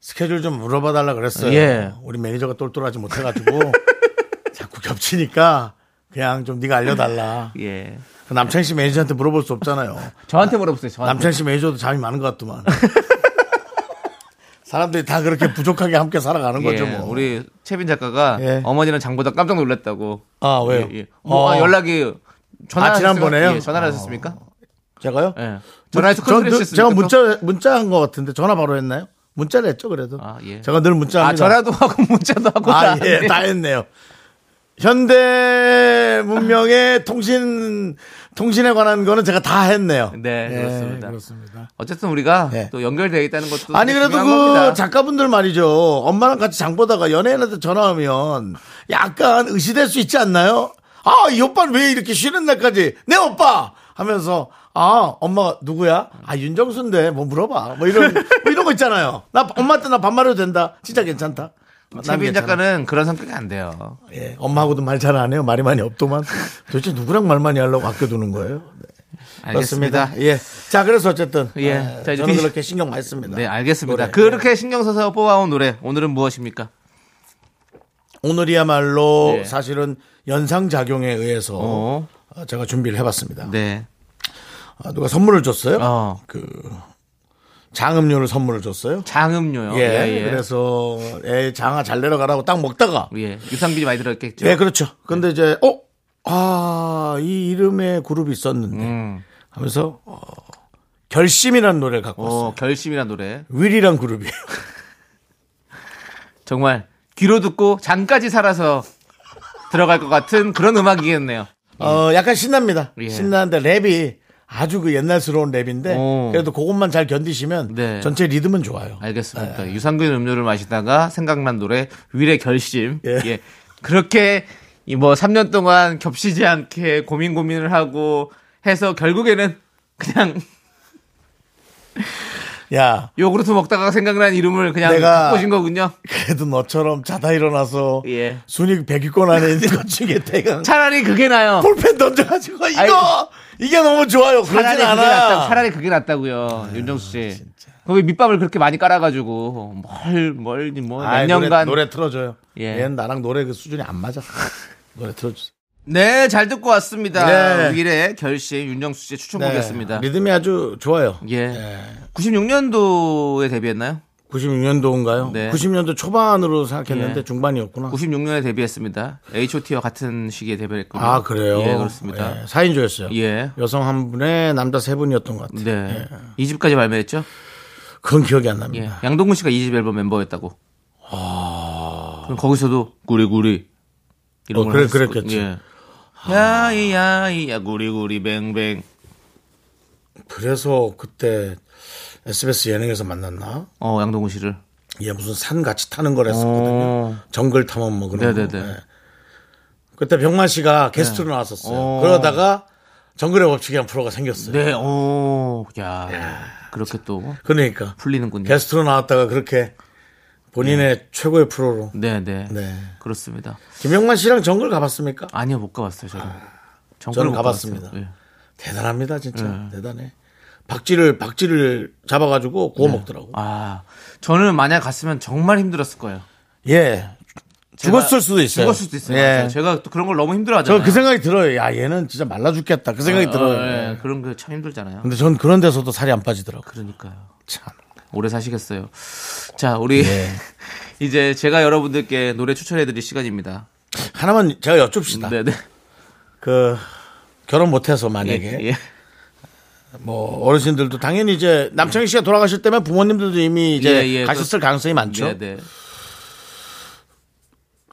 [SPEAKER 1] 스케줄 좀 물어봐달라 그랬어요.
[SPEAKER 2] 예.
[SPEAKER 1] 우리 매니저가 똘똘하지 못해가지고 자꾸 겹치니까 그냥 좀 네가 알려달라.
[SPEAKER 2] 예.
[SPEAKER 1] 그 남창 씨 매니저한테 물어볼 수 없잖아요.
[SPEAKER 2] 저한테 물어보세요, 저한테.
[SPEAKER 1] 남창 씨 매니저도 잠이 많은 것 같더만. 사람들이 다 그렇게 부족하게 함께 살아가는 거죠.
[SPEAKER 2] 예,
[SPEAKER 1] 뭐.
[SPEAKER 2] 우리 채빈 작가가
[SPEAKER 1] 예.
[SPEAKER 2] 어머니랑 장보다 깜짝 놀랐다고.
[SPEAKER 1] 아 왜요?
[SPEAKER 2] 예, 예. 뭐, 아,
[SPEAKER 1] 어,
[SPEAKER 2] 연락이 전화
[SPEAKER 1] 아, 지난번에요? 아.
[SPEAKER 2] 예, 전화를 하셨습니까?
[SPEAKER 1] 제가요?
[SPEAKER 2] 예. 전화해서
[SPEAKER 1] 전-
[SPEAKER 2] 컨트롤 했습니까?
[SPEAKER 1] 제가 문자 문자 한 것 같은데 전화 바로 했나요? 문자를 했죠 그래도.
[SPEAKER 2] 아, 예.
[SPEAKER 1] 제가 늘 문자
[SPEAKER 2] 아,
[SPEAKER 1] 합니다.
[SPEAKER 2] 전화도 하고 문자도 하고
[SPEAKER 1] 아,
[SPEAKER 2] 다.
[SPEAKER 1] 예, 다 했네요. 현대 문명의 통신 통신에 관한 거는 제가 다 했네요.
[SPEAKER 2] 네,
[SPEAKER 1] 예,
[SPEAKER 2] 그렇습니다.
[SPEAKER 1] 그렇습니다.
[SPEAKER 2] 어쨌든 우리가
[SPEAKER 1] 예.
[SPEAKER 2] 또 연결되어 있다는 것도
[SPEAKER 1] 아니
[SPEAKER 2] 되게
[SPEAKER 1] 그래도 그
[SPEAKER 2] 중요한 겁니다.
[SPEAKER 1] 작가분들 말이죠. 엄마랑 같이 장 보다가 연예인한테 전화하면 약간 의심될 수 있지 않나요? 아, 이 오빠는 왜 이렇게 쉬는 날까지 내 오빠 하면서 아, 엄마 누구야? 아, 윤정수인데 뭐 물어봐. 뭐 이런 뭐 이런 거 있잖아요. 나 엄마한테 나 반말해도 된다. 진짜 괜찮다. 난
[SPEAKER 2] 채빈
[SPEAKER 1] 괜찮아.
[SPEAKER 2] 작가는 그런 성격이 안 돼요.
[SPEAKER 1] 예, 엄마하고도 말 잘 안 해요. 말이 많이 없더만. 도대체 누구랑 말 많이 하려고 아껴두는 거예요? 네,
[SPEAKER 2] 알겠습니다.
[SPEAKER 1] 그렇습니다. 예. 자, 그래서 어쨌든.
[SPEAKER 2] 예.
[SPEAKER 1] 예,
[SPEAKER 2] 자, 이제
[SPEAKER 1] 저는
[SPEAKER 2] 뒤-
[SPEAKER 1] 그렇게 신경 많이 씁니다.
[SPEAKER 2] 네, 알겠습니다.
[SPEAKER 1] 노래.
[SPEAKER 2] 그렇게 신경 써서 뽑아온 노래 오늘은 무엇입니까?
[SPEAKER 1] 오늘이야말로
[SPEAKER 2] 예.
[SPEAKER 1] 사실은 연상작용에 의해서
[SPEAKER 2] 어.
[SPEAKER 1] 어, 제가 준비를 해봤습니다.
[SPEAKER 2] 네.
[SPEAKER 1] 아, 누가 선물을 줬어요?
[SPEAKER 2] 어.
[SPEAKER 1] 그, 장음료를 선물을 줬어요?
[SPEAKER 2] 장음료요.
[SPEAKER 1] 예, 그래서 애 장아 잘 내려가라고 딱 먹다가
[SPEAKER 2] 예. 유산균이 많이 들어있겠죠. 네.
[SPEAKER 1] 예, 그렇죠. 근데 이제, 어? 아, 이 이름의 그룹이 있었는데.
[SPEAKER 2] 음.
[SPEAKER 1] 하면서, 어, 결심이라는 노래를 갖고 왔어요.
[SPEAKER 2] 어, 결심이란 노래.
[SPEAKER 1] 윌이란 그룹이에요.
[SPEAKER 2] 정말 귀로 듣고 장까지 살아서 들어갈 것 같은 그런 음악이겠네요.
[SPEAKER 1] 어, 약간 신납니다.
[SPEAKER 2] 예.
[SPEAKER 1] 신나는데 랩이 아주 그 옛날스러운 랩인데
[SPEAKER 2] 오.
[SPEAKER 1] 그래도 그것만 잘 견디시면
[SPEAKER 2] 어. 네.
[SPEAKER 1] 전체 리듬은 좋아요.
[SPEAKER 2] 알겠습니다. 유산균 음료를 마시다가 생각난 노래 위의 결심.
[SPEAKER 1] 예.
[SPEAKER 2] 예. 그렇게 이 뭐 3년 동안 겹치지 않게 고민 고민을 하고 해서 결국에는 그냥
[SPEAKER 1] 예. 야,
[SPEAKER 2] 요구르트 먹다가 생각난 이름을 그냥
[SPEAKER 1] 내가-
[SPEAKER 2] 꼬신 거군요.
[SPEAKER 1] 그래도 너처럼 자다 일어나서
[SPEAKER 2] 예.
[SPEAKER 1] 순위 100위권 안에 있는 것 중에 대강
[SPEAKER 2] 차라리 그게 나요.
[SPEAKER 1] 볼펜 던져가지고 이거
[SPEAKER 2] 아이고.
[SPEAKER 1] 이게 너무 좋아요.
[SPEAKER 2] 차라리
[SPEAKER 1] 그러진
[SPEAKER 2] 그게 낫다고.
[SPEAKER 1] 않아요. 아,
[SPEAKER 2] 차라리 그게 낫다고요. 윤정수 씨. 그왜 밑밥을 그렇게 많이 깔아가지고 뭘뭘뭐몇
[SPEAKER 1] 아이,
[SPEAKER 2] 년간
[SPEAKER 1] 노래, 노래 틀어줘요.
[SPEAKER 2] 예.
[SPEAKER 1] 얘는 나랑 노래 그 수준이 안 맞아. 노래 틀어주세요.
[SPEAKER 2] 네, 잘 듣고 왔습니다.
[SPEAKER 1] 네.
[SPEAKER 2] 위례 결심 윤정수 씨 추천곡이었습니다.
[SPEAKER 1] 네, 리듬이 아주 좋아요.
[SPEAKER 2] 예. 96년도에 데뷔했나요?
[SPEAKER 1] 96년도인가요?
[SPEAKER 2] 네.
[SPEAKER 1] 90년도 초반으로 생각했는데
[SPEAKER 2] 예.
[SPEAKER 1] 중반이었구나.
[SPEAKER 2] 96년에 데뷔했습니다. H.O.T와 같은 시기에 데뷔했군요.
[SPEAKER 1] 아 그래요?
[SPEAKER 2] 예, 그렇습니다.
[SPEAKER 1] 예, 예. 4인조였어요.
[SPEAKER 2] 예.
[SPEAKER 1] 여성 한 분에 남자 세 분이었던 것 같아요.
[SPEAKER 2] 네. 이 2집까지 발매했죠?
[SPEAKER 1] 그건 기억이 안
[SPEAKER 2] 예.
[SPEAKER 1] 납니다.
[SPEAKER 2] 양동근 씨가 2집 앨범 멤버였다고. 그럼 거기서도 구리구리
[SPEAKER 1] 아.
[SPEAKER 2] 이런
[SPEAKER 1] 어,
[SPEAKER 2] 걸
[SPEAKER 1] 그래,
[SPEAKER 2] 하셨을
[SPEAKER 1] 그랬겠죠.
[SPEAKER 2] 거- 예. 야이야이야 구리구리 뱅뱅. 예.
[SPEAKER 1] 그래서 그때 SBS 예능에서 만났나?
[SPEAKER 2] 어, 양동근 씨를.
[SPEAKER 1] 얘 예, 무슨 산 같이 타는 걸 했었거든요. 정글 탐험 뭐 그런 거.
[SPEAKER 2] 어. 네네네.
[SPEAKER 1] 예. 그때 병만 씨가 게스트로 나왔었어요.
[SPEAKER 2] 어.
[SPEAKER 1] 그러다가 정글의 법칙이란 프로가 생겼어요.
[SPEAKER 2] 네, 오, 야, 그렇게 또
[SPEAKER 1] 그러니까
[SPEAKER 2] 풀리는군요.
[SPEAKER 1] 게스트로 나왔다가 그렇게 본인의 최고의 프로로.
[SPEAKER 2] 네, 네,
[SPEAKER 1] 네.
[SPEAKER 2] 그렇습니다.
[SPEAKER 1] 김영만 씨랑 정글 가봤습니까?
[SPEAKER 2] 아니요, 못 가봤어요, 저는. 정글
[SPEAKER 1] 저는
[SPEAKER 2] 못
[SPEAKER 1] 가봤습니다.
[SPEAKER 2] 가봤어요. 예.
[SPEAKER 1] 대단합니다, 진짜.
[SPEAKER 2] 네.
[SPEAKER 1] 대단해. 박쥐를, 박쥐를 잡아가지고 구워 먹더라고.
[SPEAKER 2] 아, 저는 만약 갔으면 정말 힘들었을 거예요.
[SPEAKER 1] 예. 죽었을 수도 있어요. 예.
[SPEAKER 2] 죽었을 수도 있어요. 맞아요. 제가 또 그런 걸 너무
[SPEAKER 1] 저
[SPEAKER 2] 힘들어하잖아요.
[SPEAKER 1] 그 생각이 들어요. 야, 얘는 진짜 말라 죽겠다. 그 생각이
[SPEAKER 2] 어,
[SPEAKER 1] 들어요.
[SPEAKER 2] 예, 그런 게 참 힘들잖아요.
[SPEAKER 1] 근데 전 그런 데서도 살이 안 빠지더라고.
[SPEAKER 2] 그러니까요.
[SPEAKER 1] 참.
[SPEAKER 2] 오래 사시겠어요. 자, 우리
[SPEAKER 1] 네.
[SPEAKER 2] 이제 제가 여러분들께 노래 추천해드릴 시간입니다.
[SPEAKER 1] 하나만 제가 여쭙시다.
[SPEAKER 2] 네, 네.
[SPEAKER 1] 그, 결혼 못해서 만약에.
[SPEAKER 2] 예, 예.
[SPEAKER 1] 뭐, 어르신들도 당연히 이제 남창희 씨가 돌아가실 때면 부모님들도 이미 이제
[SPEAKER 2] 예, 예.
[SPEAKER 1] 가셨을 가능성이 많죠.
[SPEAKER 2] 네, 네.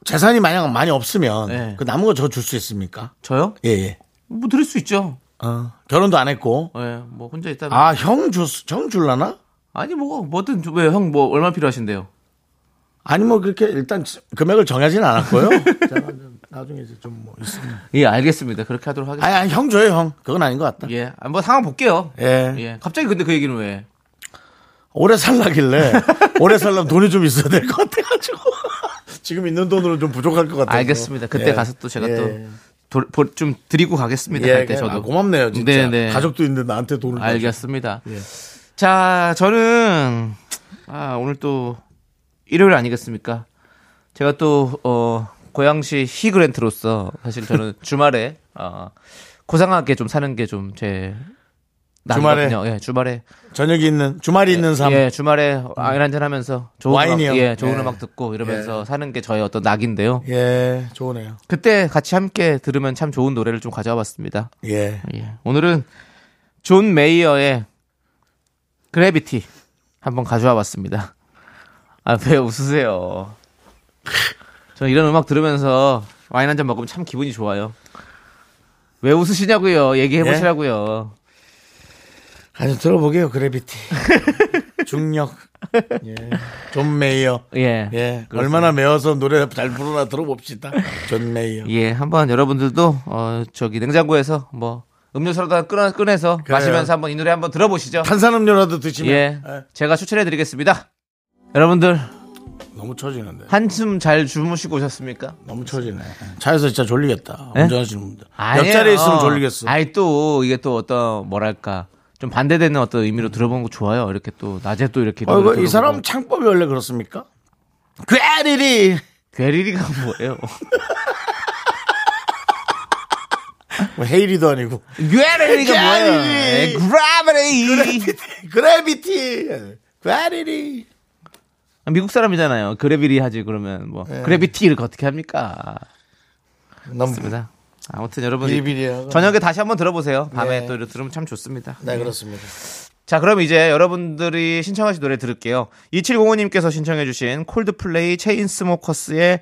[SPEAKER 1] 재산이 만약 많이 없으면
[SPEAKER 2] 네.
[SPEAKER 1] 그 남은 거 저 줄 수 있습니까?
[SPEAKER 2] 저요?
[SPEAKER 1] 예, 예.
[SPEAKER 2] 뭐 드릴 수 있죠.
[SPEAKER 1] 어, 결혼도 안 했고.
[SPEAKER 2] 예, 뭐 혼자 있다면
[SPEAKER 1] 아, 형 줄, 형 줄라나?
[SPEAKER 2] 아니 뭐 뭐든 왜형 뭐 얼마 필요하신데요?
[SPEAKER 1] 아니, 뭐, 그렇게 일단 금액을 정하진 않았고요. 제가 나중에 이제 좀 뭐, 있으면.
[SPEAKER 2] 예, 알겠습니다. 그렇게 하도록 하겠습니다.
[SPEAKER 1] 아니, 아니, 형 줘요, 형. 그건 아닌 것 같다.
[SPEAKER 2] 예, 한번 상황 볼게요.
[SPEAKER 1] 예.
[SPEAKER 2] 예, 갑자기 근데 그 얘기는 왜?
[SPEAKER 1] 오래 살라길래, 오래 살려면 돈이 좀 있어야 될 것 같아가지고. 지금 있는 돈으로 좀 부족할 것 예. 같아요.
[SPEAKER 2] 알겠습니다. 그때 가서 또 제가 또 좀 드리고 가겠습니다.
[SPEAKER 1] 예,
[SPEAKER 2] 갈 때
[SPEAKER 1] 그냥,
[SPEAKER 2] 저도.
[SPEAKER 1] 아, 고맙네요, 진짜.
[SPEAKER 2] 네, 네.
[SPEAKER 1] 가족도 있는데 나한테 돈을.
[SPEAKER 2] 알겠습니다. 자, 저는 아, 오늘 또 일요일 아니겠습니까? 제가 또 어, 고양시 히그랜트로서 사실 저는 주말에 어, 고상하게 좀 사는 게 좀 제
[SPEAKER 1] 주말에?
[SPEAKER 2] 예, 주말에
[SPEAKER 1] 주죠. 저녁이 있는, 주말이 있는 삶.
[SPEAKER 2] 예, 주말에 와인 한잔 하면서 좋은
[SPEAKER 1] 와인이요?
[SPEAKER 2] 음악, 예, 좋은
[SPEAKER 1] 예.
[SPEAKER 2] 음악 듣고 이러면서 사는 게 저의 어떤 낙인데요.
[SPEAKER 1] 예, 좋으네요.
[SPEAKER 2] 그때 같이 함께 들으면 참 좋은 노래를 좀 가져와 봤습니다.
[SPEAKER 1] 예.
[SPEAKER 2] 예. 오늘은 존 메이어의 그래비티 한번 가져와 봤습니다. 아, 왜 웃으세요? 저는 이런 음악 들으면서 와인 한 잔 먹으면 참 기분이 좋아요. 왜 웃으시냐고요? 얘기해
[SPEAKER 1] 예?
[SPEAKER 2] 보시라고요.
[SPEAKER 1] 아니, 들어보게요, 그래비티. 중력. 예. 존 메이어.
[SPEAKER 2] 예.
[SPEAKER 1] 예. 얼마나 매워서 노래 잘 부르나 들어봅시다. 존 메이어.
[SPEAKER 2] 예, 한번 여러분들도 어 저기 냉장고에서 뭐 음료수라도 끄 꺼내서
[SPEAKER 1] 그래요.
[SPEAKER 2] 마시면서 한번 이 노래 한번 들어보시죠.
[SPEAKER 1] 탄산음료라도 드시면.
[SPEAKER 2] 예.
[SPEAKER 1] 예.
[SPEAKER 2] 제가 추천해 드리겠습니다. 여러분들
[SPEAKER 1] 너무 처지는데.
[SPEAKER 2] 한숨 잘 주무시고 오셨습니까?
[SPEAKER 1] 너무 처지네. 차에서 진짜 졸리겠다.
[SPEAKER 2] 예?
[SPEAKER 1] 운전하시는 분들. 옆자리에 있으면 졸리겠어.
[SPEAKER 2] 아니 또 이게 또 어떤 뭐랄까 좀 반대되는 어떤 의미로 들어보는 거 좋아요. 이렇게 또 낮에 또 이렇게
[SPEAKER 1] 어, 이거
[SPEAKER 2] 노래
[SPEAKER 1] 이 사람
[SPEAKER 2] 들어보고.
[SPEAKER 1] 창법이 원래 그렇습니까? 괴리리.
[SPEAKER 2] 괴리리가 뭐예요?
[SPEAKER 1] 뭐 헤이리도 아니고.
[SPEAKER 2] 괴리리가
[SPEAKER 1] 괴리리.
[SPEAKER 2] 뭐예요? 그라베리
[SPEAKER 1] 그래비티. 괴리리.
[SPEAKER 2] 미국 사람이잖아요. 그래비리 하지 그러면 뭐
[SPEAKER 1] 네.
[SPEAKER 2] 그래비티 이렇게 어떻게 합니까?
[SPEAKER 1] 너무
[SPEAKER 2] 그렇습니다. 아무튼 여러분
[SPEAKER 1] 음. 비리비리하고.
[SPEAKER 2] 저녁에 다시 한번 들어보세요. 밤에
[SPEAKER 1] 네.
[SPEAKER 2] 또 이렇게 들으면 참 좋습니다.
[SPEAKER 1] 네, 그렇습니다.
[SPEAKER 2] 자, 그럼 이제 여러분들이 신청하신 노래 들을게요. 2705님께서 신청해주신 콜드플레이 체인스모커스의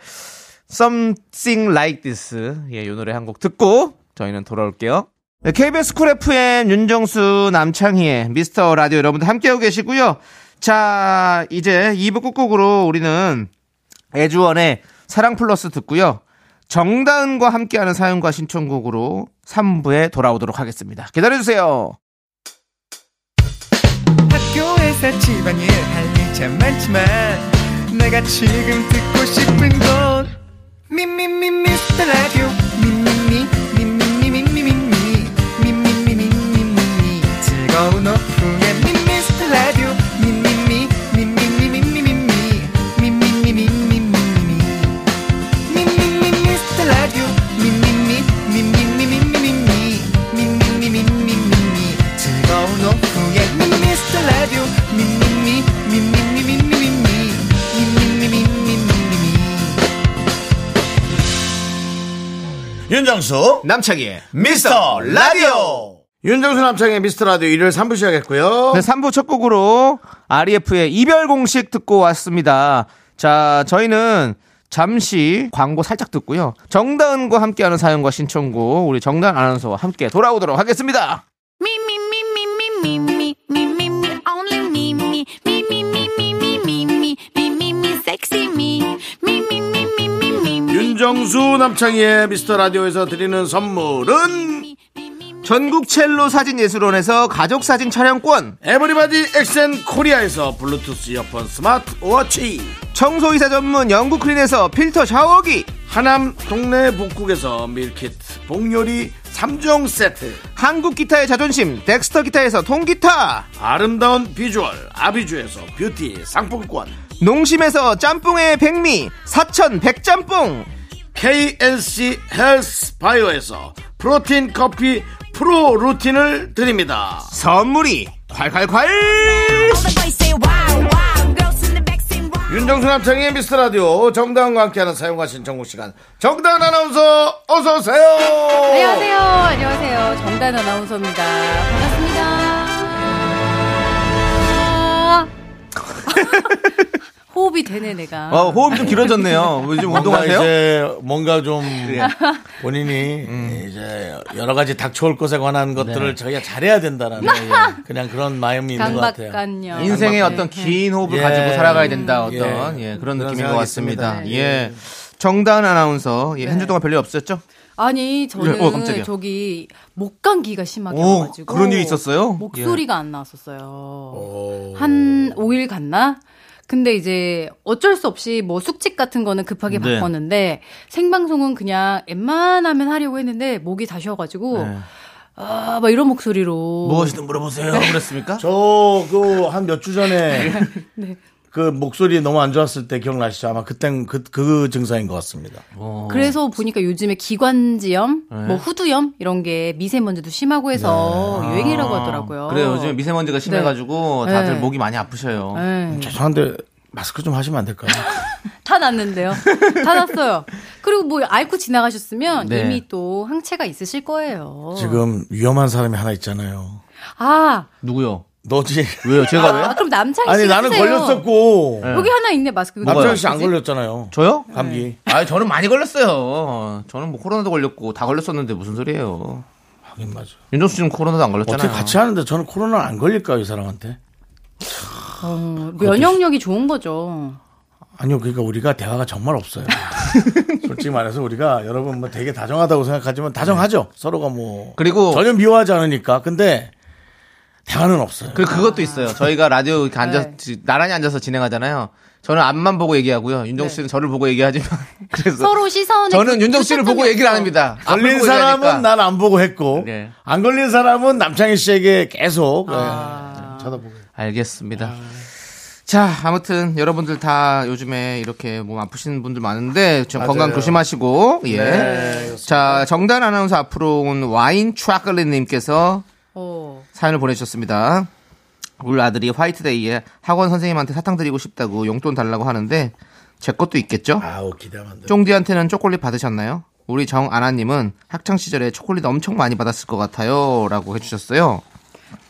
[SPEAKER 2] Something Like This. 예, 요 노래 한 곡 듣고 저희는 돌아올게요. 네, KBS 쿨 FM 윤정수 남창희의 미스터 라디오 여러분들 함께하고 계시고요. 자, 이제 2부 끝곡으로 우리는 애주원의 사랑 플러스 듣고요. 정다은과 함께하는 사연과 신청곡으로 3부에 돌아오도록 하겠습니다. 기다려주세요.
[SPEAKER 7] 학교에서 집안일 할 일 참 많지만 내가 지금 듣고 싶은 건 미미미 미스터 라디오 미미미 미미미 미미미 미미미 미미미 즐거운 오후에 미스터 라디오 미미미 미미미 미미미 미미미 미미미 미미미 미스터 라디오 미미미 미미미 미미미 미미미 미미미 즐거운 오후에 미스터 라디오 미미미 미미미 미미미 미미미 미미미
[SPEAKER 1] 윤정수.
[SPEAKER 2] 남창희의
[SPEAKER 1] 미스터 라디오. 윤정수 남창의 미스터 라디오 일요일 3부 시작했고요.
[SPEAKER 2] 네, 3부 첫 곡으로 REF의 이별 공식 듣고 왔습니다. 자, 저희는 잠시 광고 살짝 듣고요. 정다은과 함께하는 사연과 신청곡 우리 정다은 아나운서와 함께 돌아오도록 하겠습니다.
[SPEAKER 5] Me, me, me, me, me, me, me, me, me, me, only me, me, me, me, me, me, me, me, me, me, me, sexy me, me, me, me, me, me, me, me,
[SPEAKER 1] 윤정수 남창희의 미스터 라디오에서 드리는 선물은
[SPEAKER 2] 전국 첼로 사진예술원에서 가족사진 촬영권
[SPEAKER 1] 에버리바디 엑센 코리아에서 블루투스 이어폰 스마트 워치
[SPEAKER 2] 청소이사 전문 영국크린에서 필터 샤워기
[SPEAKER 1] 하남 동네 북국에서 밀키트 복요리 3종 세트
[SPEAKER 2] 한국 기타의 자존심 덱스터 기타에서 통기타
[SPEAKER 1] 아름다운 비주얼 아비주에서 뷰티 상품권
[SPEAKER 2] 농심에서 짬뽕의 백미 사천 백짬뽕
[SPEAKER 1] KNC 헬스 바이오에서 프로틴 커피 프로 루틴을 드립니다
[SPEAKER 2] 선물이 콸콸콸
[SPEAKER 5] Everybody say wow, wow. Girls in the back say wow.
[SPEAKER 1] 윤정수 남창희의 미스터라디오 정다은과 함께하는 사용과 신청곡 시간 정다은 아나운서 어서오세요
[SPEAKER 8] 안녕하세요. 안녕하세요. 정단 아나운서입니다. 반갑습니다. 아. 호흡이 되네 내가.
[SPEAKER 2] 어, 호흡 좀 길어졌네요 요즘 운동하세요?
[SPEAKER 1] 이제 뭔가 좀 본인이
[SPEAKER 2] 음.
[SPEAKER 1] 이제 여러 가지 닥쳐올 것에 관한
[SPEAKER 2] 네.
[SPEAKER 1] 것들을 저희가 잘해야 된다라는 예, 그냥 그런 마음이 있는 것 같아요.
[SPEAKER 8] 강박관념.
[SPEAKER 2] 인생의
[SPEAKER 8] 네.
[SPEAKER 2] 어떤 긴 호흡을
[SPEAKER 1] 예.
[SPEAKER 2] 가지고 살아야 된다 어떤
[SPEAKER 1] 예.
[SPEAKER 2] 예, 그런
[SPEAKER 1] 그런
[SPEAKER 2] 느낌인 것
[SPEAKER 1] 생각이
[SPEAKER 2] 같습니다
[SPEAKER 8] 있습니다.
[SPEAKER 2] 예 정다은 아나운서
[SPEAKER 8] 네.
[SPEAKER 2] 예, 한 주 동안 별일 없었죠?
[SPEAKER 8] 아니 저는
[SPEAKER 2] 네, 어, 깜짝이야.
[SPEAKER 8] 저기 목 감기가 심하게
[SPEAKER 2] 오,
[SPEAKER 8] 와가지고
[SPEAKER 2] 그런 일이 있었어요? 예.
[SPEAKER 8] 목소리가 안 나왔었어요. 한 5일 갔나? 근데 이제 어쩔 수 없이 뭐 숙직 같은 거는 급하게
[SPEAKER 2] 네.
[SPEAKER 8] 바꿨는데 생방송은 그냥 웬만하면 하려고 했는데 목이 다쉬어가지고
[SPEAKER 2] 네.
[SPEAKER 8] 아, 막 이런 목소리로
[SPEAKER 2] 무엇이든 물어보세요 네. 그랬습니까?
[SPEAKER 1] 저 그 한 몇 주 전에
[SPEAKER 8] 네.
[SPEAKER 1] 그 목소리 너무 안 좋았을 때 기억나시죠? 아마 그땐 그, 그 증상인 것 같습니다.
[SPEAKER 2] 어.
[SPEAKER 8] 그래서 보니까 요즘에 기관지염,
[SPEAKER 2] 네.
[SPEAKER 8] 뭐 후두염 이런 게 미세먼지도 심하고 해서 유행이라고 하더라고요.
[SPEAKER 2] 아, 그래요 요즘 미세먼지가 심해가지고
[SPEAKER 8] 네.
[SPEAKER 2] 다들
[SPEAKER 8] 네.
[SPEAKER 2] 목이 많이 아프셔요
[SPEAKER 8] 예.
[SPEAKER 1] 음. 죄송한데 마스크 좀 하시면 안 될까요?
[SPEAKER 8] 다 났는데요. 다 났어요. 그리고 뭐 앓고 지나가셨으면
[SPEAKER 2] 네.
[SPEAKER 8] 이미 또 항체가 있으실 거예요.
[SPEAKER 1] 지금 위험한 사람이 하나 있잖아요.
[SPEAKER 8] 아,
[SPEAKER 2] 누구요?
[SPEAKER 1] 너지.
[SPEAKER 2] 왜요? 제가
[SPEAKER 8] 아,
[SPEAKER 2] 왜요?
[SPEAKER 8] 그럼 남창희 씨
[SPEAKER 1] 아니 나는 걸렸었고
[SPEAKER 8] 여기 하나 있네 마스크.
[SPEAKER 2] 뭐?
[SPEAKER 1] 남창희 씨안 걸렸잖아요.
[SPEAKER 2] 저요?
[SPEAKER 1] 감기.
[SPEAKER 2] 아, 저는 많이 걸렸어요. 저는 뭐 코로나도 걸렸고 다 걸렸었는데 무슨 소리예요?
[SPEAKER 1] 하긴 맞아.
[SPEAKER 2] 윤정수 씨는 코로나도 안 걸렸잖아요.
[SPEAKER 1] 어떻게 같이 하는데 저는 코로나 안 걸릴까요 이 사람한테?
[SPEAKER 8] 어, 면역력이 좋은 거죠.
[SPEAKER 1] 아니요, 그러니까 우리가 대화가 정말 없어요. 솔직히 말해서 우리가 여러분 뭐 되게 다정하다고 생각하지만 다정하죠. 서로가 뭐
[SPEAKER 2] 네. 그리고-
[SPEAKER 1] 전혀 미워하지 않으니까. 근데 대화는 없어요.
[SPEAKER 2] 그 그것도 있어요. 저희가 라디오
[SPEAKER 8] 네.
[SPEAKER 2] 이렇게 앉아 나란히 앉아서 진행하잖아요. 저는 앞만 보고 얘기하고요. 윤정수 씨는 저를 보고 얘기하지만 그래서
[SPEAKER 8] 네. 서로 시선에
[SPEAKER 2] 저는
[SPEAKER 8] 그
[SPEAKER 2] 윤정수 씨를 보고
[SPEAKER 8] 초점이
[SPEAKER 2] 얘기를 안
[SPEAKER 8] 없어.
[SPEAKER 2] 합니다. 네, 앞을
[SPEAKER 1] 걸린
[SPEAKER 2] 보고
[SPEAKER 1] 사람은
[SPEAKER 2] 얘기하니까.
[SPEAKER 1] 난 안 보고 했고
[SPEAKER 2] 네.
[SPEAKER 1] 안 걸린 사람은 남창희 씨에게 계속
[SPEAKER 8] 아.
[SPEAKER 1] 예, 쳐다보고.
[SPEAKER 2] 알겠습니다. 아. 자, 아무튼 여러분들 다 요즘에 이렇게 몸 아프신 분들 많은데 좀 건강 조심하시고 예.
[SPEAKER 1] 네,
[SPEAKER 2] 자, 정단 아나운서 앞으로 온 와인 초콜릿 님께서
[SPEAKER 8] 어.
[SPEAKER 2] 사연을 보내주셨습니다. 우리 아들이 화이트데이에 학원 선생님한테 사탕 드리고 싶다고 용돈 달라고 하는데 제 것도 있겠죠?
[SPEAKER 1] 아우 기대하면 안 돼.
[SPEAKER 2] 쫑디한테는 초콜릿 받으셨나요? 우리 정아나님은 학창 시절에 초콜릿 엄청 많이 받았을 것 같아요라고 해주셨어요.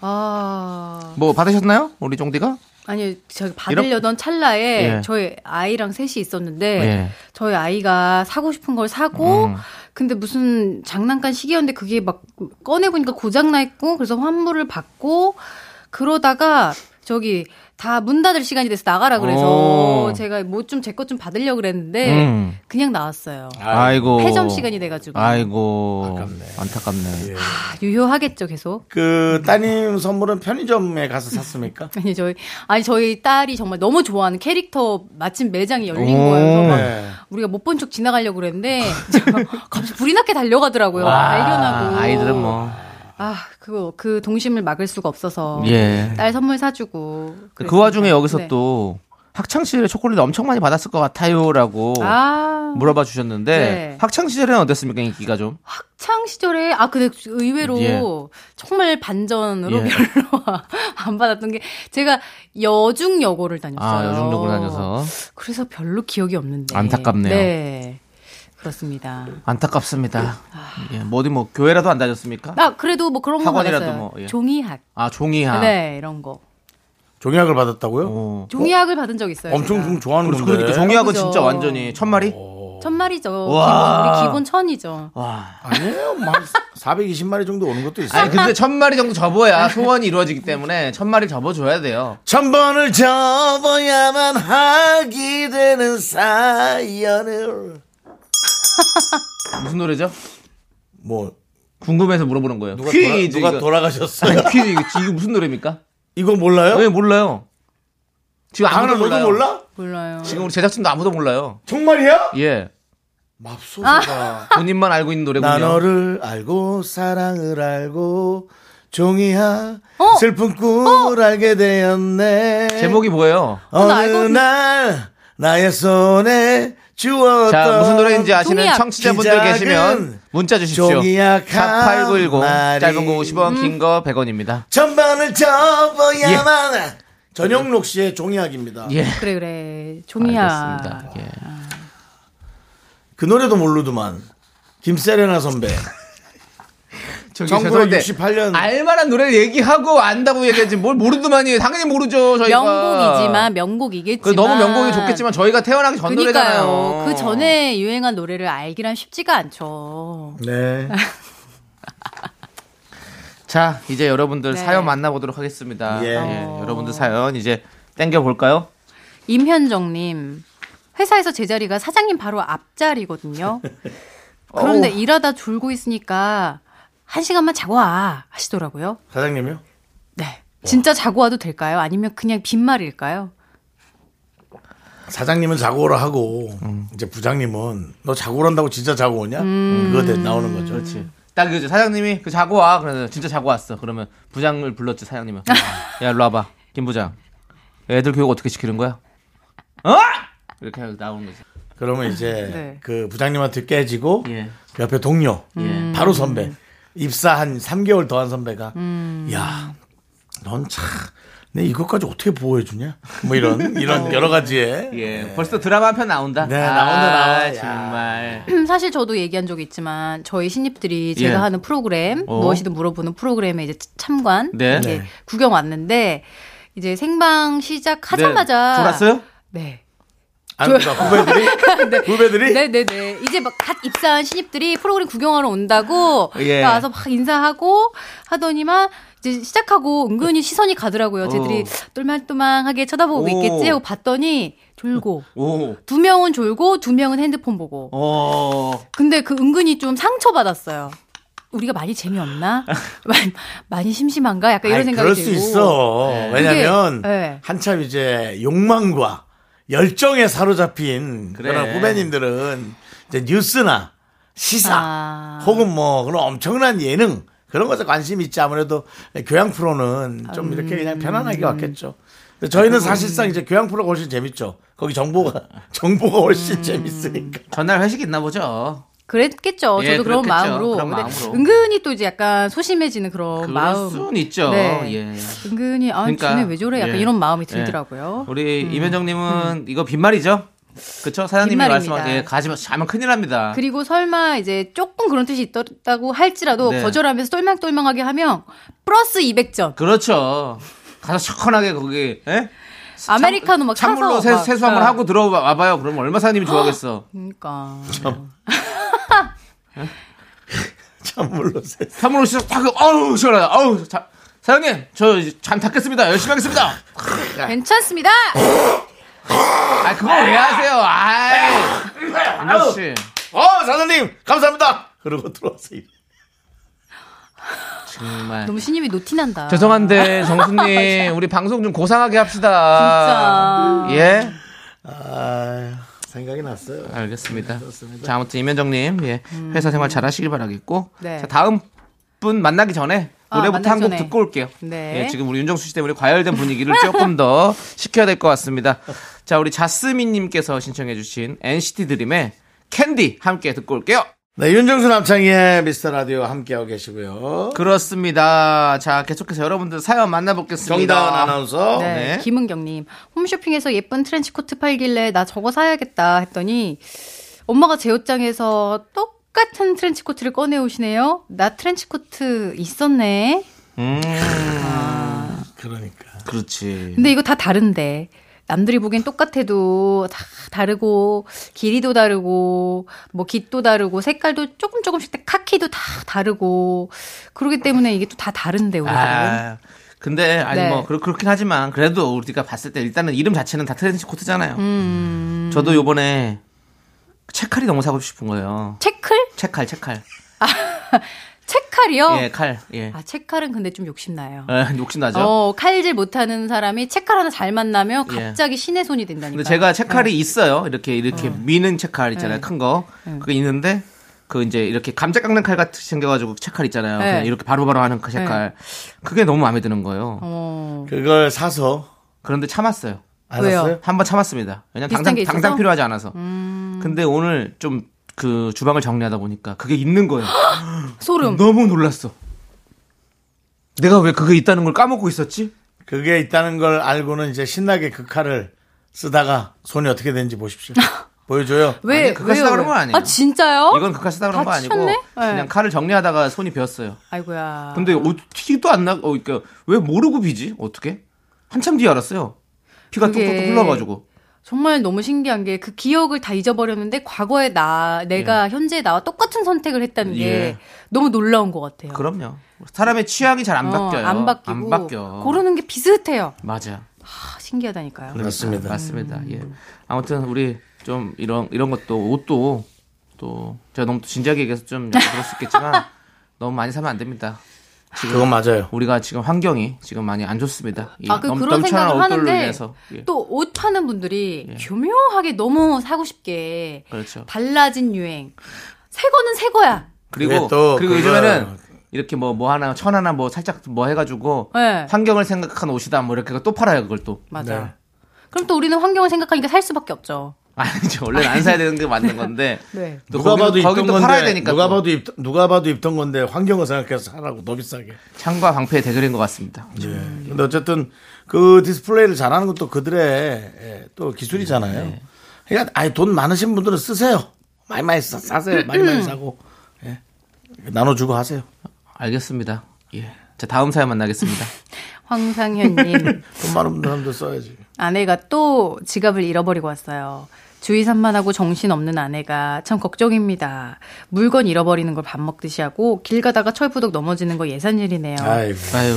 [SPEAKER 8] 아.
[SPEAKER 2] 뭐 받으셨나요? 우리 쫑디가?
[SPEAKER 8] 아니 저 받으려던 찰나에
[SPEAKER 2] 예.
[SPEAKER 8] 저희 아이랑 셋이 있었는데
[SPEAKER 2] 예. 음.
[SPEAKER 8] 저희 아이가 사고 싶은 걸 사고 근데 무슨 장난감 시계였는데 그게 막 꺼내 보니까 고장 나 있고 그래서 환불을 받고 그러다가 저기 다 문 닫을 시간이 돼서 나가라 그래서
[SPEAKER 2] 오.
[SPEAKER 8] 제가 뭐 좀 제 것 좀 받으려 고 그랬는데
[SPEAKER 2] 음.
[SPEAKER 8] 그냥 나왔어요.
[SPEAKER 2] 아이고.
[SPEAKER 8] 회전 시간이 돼가지고.
[SPEAKER 2] 아이고. 안타깝네. 예.
[SPEAKER 8] 아, 유효하겠죠 계속.
[SPEAKER 1] 그 따님 선물은 편의점에 가서 샀습니까?
[SPEAKER 8] 아니 저희 아니 저희 딸이 정말 너무 좋아하는 캐릭터 마침 매장이 열린
[SPEAKER 2] 오.
[SPEAKER 8] 거예요. 그래서 막
[SPEAKER 1] 네.
[SPEAKER 8] 우리가 못 본 척 지나가려고 그랬는데 저 갑자기 불이 났게 달려가더라고요. 발견하고
[SPEAKER 2] 아, 아이들은 뭐.
[SPEAKER 8] 아 그거 그 동심을 막을 수가 없어서
[SPEAKER 2] 예.
[SPEAKER 8] 딸 선물 사주고
[SPEAKER 2] 그 와중에 여기서
[SPEAKER 8] 네.
[SPEAKER 2] 또 학창 시절에 초콜릿 엄청 많이 받았을 것 같아요라고
[SPEAKER 8] 아
[SPEAKER 2] 물어봐 주셨는데
[SPEAKER 8] 네.
[SPEAKER 2] 학창 시절에는 어땠습니까 인기가 좀?
[SPEAKER 8] 학창 시절에 아 근데 의외로
[SPEAKER 2] 예.
[SPEAKER 8] 정말 반전으로
[SPEAKER 2] 예.
[SPEAKER 8] 별로 안 받았던 게 제가 여중 여고를
[SPEAKER 2] 아
[SPEAKER 8] 다녔어요.
[SPEAKER 2] 요즘 도고 다녀서
[SPEAKER 8] 그래서 별로 기억이 없는데
[SPEAKER 2] 안타깝네요.
[SPEAKER 8] 네 그렇습니다.
[SPEAKER 2] 안타깝습니다. 예, 뭐 어디 뭐 교회라도 안 다녔습니까?
[SPEAKER 8] 아 그래도 뭐 그런 거
[SPEAKER 2] 학원이라도
[SPEAKER 8] 받았어요.
[SPEAKER 2] 뭐, 예.
[SPEAKER 8] 종이학
[SPEAKER 2] 아 종이학.
[SPEAKER 8] 네 이런 거
[SPEAKER 1] 종약을 받았다고요?
[SPEAKER 2] 어.
[SPEAKER 8] 종이학을 받은 적 있어요.
[SPEAKER 1] 엄청
[SPEAKER 8] 제가.
[SPEAKER 1] 좀 좋아하는
[SPEAKER 2] 그렇죠.
[SPEAKER 1] 건데.
[SPEAKER 2] 그러니까 종이학은
[SPEAKER 8] 그죠.
[SPEAKER 2] 진짜 완전히 천 마리.
[SPEAKER 8] 천 마리죠.
[SPEAKER 2] 어. 와.
[SPEAKER 8] 기본, 우리 기본 천이죠.
[SPEAKER 1] 아니에요. 뭐 막 420마리 정도 오는 것도 있어요.
[SPEAKER 2] 아니 근데 천 마리 정도 접어야 소원이 이루어지기 때문에 천 마리 접어줘야 돼요.
[SPEAKER 1] 천 번을 접어야만 하기 되는 사연을
[SPEAKER 2] 무슨 노래죠?
[SPEAKER 1] 뭐
[SPEAKER 2] 궁금해서 물어보는 거예요.
[SPEAKER 1] 누가,
[SPEAKER 2] 퀴즈
[SPEAKER 1] 돌아,
[SPEAKER 2] 이거.
[SPEAKER 1] 누가 돌아가셨어요?
[SPEAKER 2] 아니, 퀴즈 이거, 이거 무슨 노래입니까?
[SPEAKER 1] 이거 몰라요?
[SPEAKER 2] 왜 몰라요? 지금
[SPEAKER 1] 네? 강한아
[SPEAKER 2] 아무도 몰라요.
[SPEAKER 1] 너도 몰라?
[SPEAKER 8] 몰라요.
[SPEAKER 2] 지금 우리 제작진도 아무도 몰라요.
[SPEAKER 1] 정말이야?
[SPEAKER 2] 예. 아.
[SPEAKER 1] 맙소사.
[SPEAKER 2] 본인만 알고 있는 노래군요.
[SPEAKER 1] 나 너를 알고 사랑을 알고 종이야
[SPEAKER 8] 어?
[SPEAKER 1] 슬픈 꿈을 알게 되었네.
[SPEAKER 2] 제목이 뭐예요?
[SPEAKER 1] 어느
[SPEAKER 8] 나 알고 있-
[SPEAKER 1] 날 나의 손에 주었던
[SPEAKER 2] 자, 무슨 노래인지 아시는
[SPEAKER 8] 종이약.
[SPEAKER 2] 청취자분들
[SPEAKER 1] 기작은
[SPEAKER 2] 계시면 문자 주십시오.
[SPEAKER 1] 종이약 한
[SPEAKER 2] 48910
[SPEAKER 1] 마리.
[SPEAKER 2] 짧은 거 50원, 긴 거 100원입니다. 예.
[SPEAKER 1] 전반을 접어야만 해. 전영록 씨의 종이학입니다.
[SPEAKER 2] 예.
[SPEAKER 8] 그래 그래. 종이야.
[SPEAKER 2] 알겠습니다. 예.
[SPEAKER 1] 그 노래도 모르더만 김세레나 선배.
[SPEAKER 2] 저기
[SPEAKER 1] 정부의
[SPEAKER 2] 죄송한데
[SPEAKER 1] 68년
[SPEAKER 2] 알만한 노래를 얘기하고 안다고 얘기하지 뭘 모르더만이 당연히 모르죠 저희가
[SPEAKER 8] 명곡이지만 명곡이겠지만.
[SPEAKER 2] 그 너무 명곡이 좋겠지만 저희가 태어나기 전
[SPEAKER 8] 그니까요.
[SPEAKER 2] 노래잖아요
[SPEAKER 8] 그 전에 유행한 노래를 알기란 쉽지가 않죠.
[SPEAKER 1] 네.
[SPEAKER 2] 자 이제 여러분들
[SPEAKER 8] 네. 어.
[SPEAKER 2] 사연 만나보도록 하겠습니다
[SPEAKER 1] 예.
[SPEAKER 2] 예, 여러분들 사연 이제 땡겨볼까요?
[SPEAKER 8] 임현정님. 회사에서 제자리가 사장님 바로 앞자리거든요. 그런데 일하다 졸고 있으니까 한 시간만 자고 와 하시더라고요.
[SPEAKER 1] 사장님이요?
[SPEAKER 8] 네. 진짜 자고 와도 될까요? 아니면 그냥 빈말일까요?
[SPEAKER 1] 사장님은 자고 오라 하고 이제 부장님은 너 자고 오란다고 진짜 자고 오냐? 그거 돼 나오는 거죠. 그렇지.
[SPEAKER 2] 딱 그죠 사장님이 그 자고 와 그래서 진짜 자고 왔어 그러면 부장을 불렀지 사장님은 야 일로 와봐 김 부장 애들 교육 어떻게 시키는 거야? 어? 이렇게 해서 나오는 거지
[SPEAKER 1] 그러면 이제
[SPEAKER 8] 네.
[SPEAKER 1] 그 부장님한테 깨지고
[SPEAKER 2] 예.
[SPEAKER 1] 그 옆에 동료
[SPEAKER 2] 예.
[SPEAKER 1] 바로 선배 입사한 3개월 더한 선배가 야, 넌참내 이것까지 어떻게 보호해 주냐? 뭐 이런 이런 여러 가지의
[SPEAKER 2] 예, 벌써 드라마 한 편 나온다. 아,
[SPEAKER 1] 네, 나온다, 나와. 야.
[SPEAKER 2] 정말.
[SPEAKER 8] 사실 저도 얘기한 적이 있지만 저희 신입들이 제가
[SPEAKER 2] 예.
[SPEAKER 8] 하는 프로그램
[SPEAKER 2] 어.
[SPEAKER 8] 무엇이든 물어보는 프로그램에 이제 참관
[SPEAKER 2] 네.
[SPEAKER 8] 이제
[SPEAKER 1] 네.
[SPEAKER 8] 구경 왔는데 이제 생방 시작하자마자
[SPEAKER 2] 네, 졸았어요?
[SPEAKER 8] 네.
[SPEAKER 1] 아, 그러니까 후배들이 후배들이
[SPEAKER 8] 네네네. 이제 막 갓 입사한 신입들이 프로그램 구경하러 온다고
[SPEAKER 2] 예.
[SPEAKER 8] 그러니까 와서 막 인사하고 하더니만 이제 시작하고 은근히 시선이 가더라고요. 쟤들이 똘망똘망하게 쳐다보고
[SPEAKER 2] 어. 오.
[SPEAKER 8] 있겠지 하고 봤더니 졸고
[SPEAKER 2] 오.
[SPEAKER 8] 두 명은 졸고 두 명은 핸드폰 보고.
[SPEAKER 2] 어.
[SPEAKER 8] 근데 그 은근히 좀 상처받았어요. 우리가 많이 재미없나? 많이- 많이 심심한가? 약간 그러니까 이런
[SPEAKER 1] 아이,
[SPEAKER 8] 생각이
[SPEAKER 1] 그럴
[SPEAKER 8] 들고.
[SPEAKER 1] 수 있어. 왜냐면
[SPEAKER 8] 그게, 네.
[SPEAKER 1] 한참 이제 욕망과 열정에 사로잡힌 그
[SPEAKER 2] 그래.
[SPEAKER 1] 런 후배님들은 이제 뉴스나 시사
[SPEAKER 8] 아.
[SPEAKER 1] 혹은 뭐 그런 엄청난 예능 그런 것에 관심 이 있지 아무래도 교양 프로는 좀 이렇게 그냥
[SPEAKER 8] 음.
[SPEAKER 1] 편안하게 왔겠죠. 근데 저희는 사실상 이제 교양 프로가 훨씬 재밌죠. 거기 정보가
[SPEAKER 8] 음.
[SPEAKER 1] 정보가 훨씬 재밌으니까.
[SPEAKER 2] 전날 회식 있나 보죠.
[SPEAKER 8] 그랬겠죠.
[SPEAKER 2] 예,
[SPEAKER 8] 저도 그런
[SPEAKER 2] 그렇겠죠.
[SPEAKER 8] 마음으로.
[SPEAKER 2] 그런
[SPEAKER 8] 근데
[SPEAKER 2] 마음으로.
[SPEAKER 8] 은근히 또 이제 약간 소심해지는 그런
[SPEAKER 2] 그럴
[SPEAKER 8] 마음.
[SPEAKER 2] 순 있죠.
[SPEAKER 8] 네.
[SPEAKER 2] 예.
[SPEAKER 8] 은근히 아,
[SPEAKER 2] 그러니까,
[SPEAKER 8] 쟤네 왜 저래? 약간
[SPEAKER 2] 예.
[SPEAKER 8] 이런 마음이
[SPEAKER 2] 예.
[SPEAKER 8] 들더라고요.
[SPEAKER 2] 우리 이면정님은 이거 빈말이죠? 그쵸? 사장님이
[SPEAKER 8] 빈말입니다.
[SPEAKER 2] 말씀한, 예, 가지마, 자면 큰일 납니다.
[SPEAKER 8] 그리고 설마 이제 조금 그런 뜻이 있다고 할지라도
[SPEAKER 2] 네.
[SPEAKER 8] 거절하면서 똘망똘망하게 하면 플러스 200점.
[SPEAKER 2] 그렇죠. 가서 시원하게 거기, 예?
[SPEAKER 8] 아메리카노 막
[SPEAKER 2] 찬물로
[SPEAKER 8] 사서
[SPEAKER 2] 세,
[SPEAKER 8] 막,
[SPEAKER 2] 세수 한번
[SPEAKER 8] 네.
[SPEAKER 2] 하고 어, 들어와봐요. 그럼 얼마 사장님이 좋아하겠어.
[SPEAKER 8] 그러니까.
[SPEAKER 1] 참 물론 세-
[SPEAKER 2] 찬물로 씻어, 탁, 어우, 시원하다. 어우, 자, 사장님, 저 잠 닦겠습니다. 열심히 하겠습니다.
[SPEAKER 8] 괜찮습니다.
[SPEAKER 2] 아, 그거 왜 하세요? 아이. 은정 씨.
[SPEAKER 1] 어 사장님 감사합니다. 그러고 들어와서 일-
[SPEAKER 2] 정말.
[SPEAKER 8] 너무 신입이 노티난다.
[SPEAKER 2] 죄송한데 정수님 우리 방송 좀 고상하게 합시다.
[SPEAKER 8] 진짜.
[SPEAKER 2] 예.
[SPEAKER 1] 아 생각이 났어요.
[SPEAKER 2] 알겠습니다. 자 아무튼 이면정님 예 회사 생활 잘하시길 바라겠고
[SPEAKER 8] 네.
[SPEAKER 2] 자 다음 분 만나기 전에
[SPEAKER 8] 아,
[SPEAKER 2] 노래부터
[SPEAKER 8] 만나기
[SPEAKER 2] 한 곡
[SPEAKER 8] 전에.
[SPEAKER 2] 듣고 올게요.
[SPEAKER 8] 네.
[SPEAKER 2] 예, 지금 우리 윤정수 씨 때문에 과열된 분위기를 조금 더 시켜야 될 것 같습니다. 자 우리 자스민님께서 신청해주신 NCT 드림의 캔디 함께 듣고 올게요.
[SPEAKER 1] 네, 윤정수 남창희의 미스터 라디오 함께하고 계시고요.
[SPEAKER 2] 그렇습니다. 자 계속해서 여러분들 사연 만나보겠습니다.
[SPEAKER 1] 정다은 아나운서.
[SPEAKER 8] 네,
[SPEAKER 2] 네.
[SPEAKER 8] 김은경님 홈쇼핑에서 예쁜 트렌치코트 팔길래 나 저거 사야겠다 했더니 엄마가 제 옷장에서 똑같은 트렌치코트를 꺼내 오시네요. 나 트렌치코트 있었네.
[SPEAKER 2] 음,
[SPEAKER 1] 그러니까.
[SPEAKER 2] 그렇지.
[SPEAKER 8] 근데 이거 다 다른데 남들이 보기엔 똑같아도 다 다르고 길이도 다르고 뭐 깃도 다르고 색깔도 조금 조금씩 다- 카키도 다 다르고 그러기 때문에 이게 또 다 다른데 우리들은
[SPEAKER 2] 아, 근데 아니
[SPEAKER 8] 네.
[SPEAKER 2] 뭐 그렇, 그렇긴 하지만 그래도 우리가 봤을 때 일단은 이름 자체는 다 트렌치 코트잖아요.
[SPEAKER 8] 음.
[SPEAKER 2] 저도 요번에 채칼이 너무 사고 싶은 거예요.
[SPEAKER 8] 체클
[SPEAKER 2] 채칼, 채칼.
[SPEAKER 8] 체칼이요?
[SPEAKER 2] 예, 칼. 예.
[SPEAKER 8] 아 체칼은 근데 좀 욕심 나요.
[SPEAKER 2] 예, 욕심나죠?
[SPEAKER 8] 아. 어 칼질 못하는 사람이 체칼 하나 잘 만나면
[SPEAKER 2] 예.
[SPEAKER 8] 갑자기 신의 손이 된다니까.
[SPEAKER 2] 근데 제가
[SPEAKER 8] 네.
[SPEAKER 2] 채칼이 있어요. 이렇게 이렇게 미는 채칼 있잖아요. 큰 거.
[SPEAKER 8] 네.
[SPEAKER 2] 그게 있는데 그 이제 이렇게 감자 깎는 칼 같이 생겨가지고 채칼 있잖아요.
[SPEAKER 8] 네.
[SPEAKER 2] 그냥 이렇게 바로바로 하는 그 채칼. 그게 너무 마음에 드는 거예요.
[SPEAKER 8] 어,
[SPEAKER 1] 그걸 사서
[SPEAKER 2] 그런데 참았어요.
[SPEAKER 1] 안
[SPEAKER 8] 왜요?
[SPEAKER 1] 샀어요?
[SPEAKER 2] 한 번 참았습니다. 왜냐면
[SPEAKER 8] 비슷한
[SPEAKER 2] 당장
[SPEAKER 8] 게 있어서? 음.
[SPEAKER 2] 당장 필요하지 않아서. 근데 오늘 좀 그 주방을 정리하다 보니까 그게 있는 거예요.
[SPEAKER 8] 소름.
[SPEAKER 2] 너무 놀랐어. 내가 왜 그게 있다는 걸 까먹고 있었지?
[SPEAKER 1] 그게 있다는 걸 알고는 이제 신나게 그 칼을 쓰다가 손이 어떻게 되는지 보십시오. 보여줘요.
[SPEAKER 8] 왜
[SPEAKER 2] 아니, 그거 쓰다 그런 건 아니에요.
[SPEAKER 8] 아 진짜요?
[SPEAKER 2] 이건 그까 쓰다 그런
[SPEAKER 8] 다
[SPEAKER 2] 거 아니고
[SPEAKER 8] 치셨네? 네.
[SPEAKER 2] 그냥 칼을 정리하다가 손이 비었어요.
[SPEAKER 8] 아이고야.
[SPEAKER 2] 근데 어, 티도 안 나. 어, 그러니까 왜 모르고 비지? 어떻게? 한참 뒤에 알았어요. 피가
[SPEAKER 8] 그게-
[SPEAKER 2] 뚝뚝뚝 흘러가지고.
[SPEAKER 8] 정말 너무 신기한 게 그 기억을 다 잊어버렸는데 과거의 나 내가 현재의 나와 똑같은 선택을 했다는 게
[SPEAKER 2] 예.
[SPEAKER 8] 너무 놀라운 것 같아요.
[SPEAKER 2] 그럼요. 사람의 취향이 잘 안
[SPEAKER 8] 어,
[SPEAKER 2] 바뀌어요.
[SPEAKER 8] 안 바뀌고
[SPEAKER 2] 안 바뀌어.
[SPEAKER 8] 고르는 게 비슷해요.
[SPEAKER 2] 맞아.
[SPEAKER 8] 아, 신기하다니까요.
[SPEAKER 2] 그러니까,
[SPEAKER 1] 맞습니다.
[SPEAKER 2] 맞습니다. 예. 아무튼 우리 좀 이런 이런 것도 옷도 또 제가 너무 또 진지하게 얘기해서 좀 약간 그럴 수 있겠지만 너무 많이 사면 안 됩니다.
[SPEAKER 1] 그건 맞아요.
[SPEAKER 2] 우리가 지금 환경이 지금 많이 안 좋습니다. 예.
[SPEAKER 8] 아, 그,
[SPEAKER 2] 너무
[SPEAKER 8] 그런
[SPEAKER 2] 넘쳐나는
[SPEAKER 8] 생각을
[SPEAKER 2] 옷들로
[SPEAKER 8] 하는데,
[SPEAKER 2] 인해서. 예.
[SPEAKER 8] 또 옷 파는 분들이 교묘하게 너무 사고 싶게
[SPEAKER 2] 그렇죠.
[SPEAKER 8] 달라진 유행. 새 거는 새 거야.
[SPEAKER 2] 그리고
[SPEAKER 1] 그게 네, 또
[SPEAKER 2] 그리고
[SPEAKER 1] 그거-
[SPEAKER 2] 요즘에는 이렇게 뭐 뭐 하나 천 하나 뭐 살짝 뭐 해가지고
[SPEAKER 8] 네.
[SPEAKER 2] 환경을 생각한 옷이다 뭐 이렇게 또 팔아요 그걸 또
[SPEAKER 8] 맞아.
[SPEAKER 1] 네.
[SPEAKER 8] 그럼 또 우리는 환경을 생각하니까 살 수밖에 없죠.
[SPEAKER 2] 아니죠 원래 안 사야 되는 게 맞는 건데
[SPEAKER 8] 네.
[SPEAKER 2] 또
[SPEAKER 1] 누가
[SPEAKER 2] 거기-
[SPEAKER 1] 봐도 입던
[SPEAKER 2] 거긴 또
[SPEAKER 1] 건데
[SPEAKER 2] 팔아야 되니까
[SPEAKER 1] 누가
[SPEAKER 2] 또.
[SPEAKER 1] 봐도 입 누가 봐도 입던 건데 환경을 생각해서 사라고 더 비싸게.
[SPEAKER 2] 창과 방패의 대결인 것 같습니다.
[SPEAKER 1] 예. 근데 어쨌든 그 디스플레이를 잘하는 것도 그들의 예, 또 기술이잖아요.
[SPEAKER 8] 네.
[SPEAKER 1] 그러니까 아예 돈 많으신 분들은 쓰세요. 많이 많이 사, 사세요. 많이 많이 사고 예. 나눠주고 하세요.
[SPEAKER 2] 알겠습니다. 예. 자 다음 사연 만나겠습니다.
[SPEAKER 8] 황상현님.
[SPEAKER 1] 돈 많은 사람들 써야지.
[SPEAKER 8] 아내가 또 지갑을 잃어버리고 왔어요. 주의 산만하고 정신없는 아내가 참 걱정입니다. 물건 잃어버리는 걸 밥 먹듯이 하고 길 가다가 철부덕 넘어지는 거 예산일이네요.
[SPEAKER 1] 아이고.
[SPEAKER 2] 아유,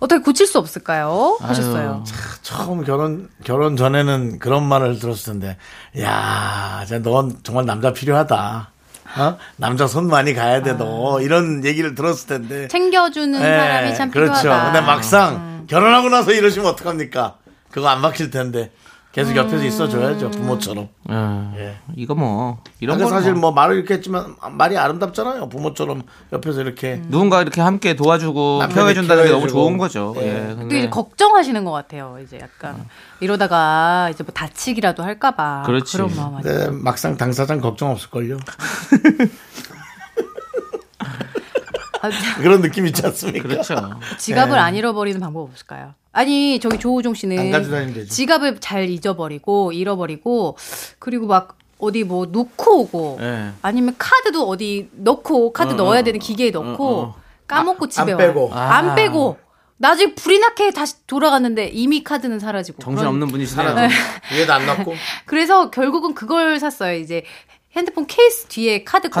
[SPEAKER 8] 어떻게 고칠 수 없을까요? 하셨어요.
[SPEAKER 1] 아, 처음 결혼 결혼 전에는 그런 말을 들었을 텐데, 야, 이제 넌 정말 남자 필요하다. 어? 남자 손 많이 가야 돼, 너. 이런 얘기를 들었을 텐데.
[SPEAKER 8] 아. 챙겨주는
[SPEAKER 1] 예,
[SPEAKER 8] 사람이 참
[SPEAKER 1] 그렇죠.
[SPEAKER 8] 필요하다. 음.
[SPEAKER 1] 근데 막상 결혼하고 나서 이러시면 어떡합니까? 그거 안 박힐 텐데. 계속 옆에서 있어줘야죠, 부모처럼.
[SPEAKER 2] 아,
[SPEAKER 1] 예.
[SPEAKER 2] 이거 뭐 이런
[SPEAKER 1] 근데
[SPEAKER 2] 거
[SPEAKER 1] 사실
[SPEAKER 2] 사실
[SPEAKER 1] 뭐 말을 이렇게 했지만 말이 아름답잖아요. 부모처럼 옆에서 이렇게.
[SPEAKER 8] 음.
[SPEAKER 2] 누군가 이렇게 함께 도와주고
[SPEAKER 1] 남편이
[SPEAKER 2] 케어해준다는 게 너무
[SPEAKER 1] 케어해주고.
[SPEAKER 2] 좋은 거죠. 예.
[SPEAKER 8] 또
[SPEAKER 2] 근데
[SPEAKER 1] 네.
[SPEAKER 8] 이제 걱정하시는 것 같아요. 이제
[SPEAKER 1] 어.
[SPEAKER 8] 약간 이러다가 이제 뭐 다치기라도 할까봐
[SPEAKER 2] 그렇지.
[SPEAKER 8] 런 마음 아니에요?
[SPEAKER 1] 근데 막상 당사자는 걱정 없을걸요.
[SPEAKER 8] 아,
[SPEAKER 1] 그런 느낌 있지 않습니까?
[SPEAKER 2] 그렇죠.
[SPEAKER 8] 지갑을 안 잃어버리는 방법 없을까요? 아니 저기 조우종
[SPEAKER 1] 안 가지고
[SPEAKER 8] 씨는
[SPEAKER 1] 다니면 되죠.
[SPEAKER 8] 지갑을 잘 잊어버리고 잃어버리고 그리고 막 어디 뭐 놓고 오고
[SPEAKER 2] 예.
[SPEAKER 8] 아니면 카드도 어디 넣고 카드 넣어야 되는 기계에 넣고 까먹고 집에 와요.
[SPEAKER 1] 빼고.
[SPEAKER 8] 안 빼고 나중에 불이 나게 다시 돌아갔는데 이미 카드는 사라지고
[SPEAKER 2] 정신
[SPEAKER 8] 그런-
[SPEAKER 2] 없는 분이시네요.
[SPEAKER 1] 위에도 안 놨고. 네,
[SPEAKER 8] 그래서 결국은 그걸 샀어요. 이제 핸드폰 케이스 뒤에 카드
[SPEAKER 2] 가-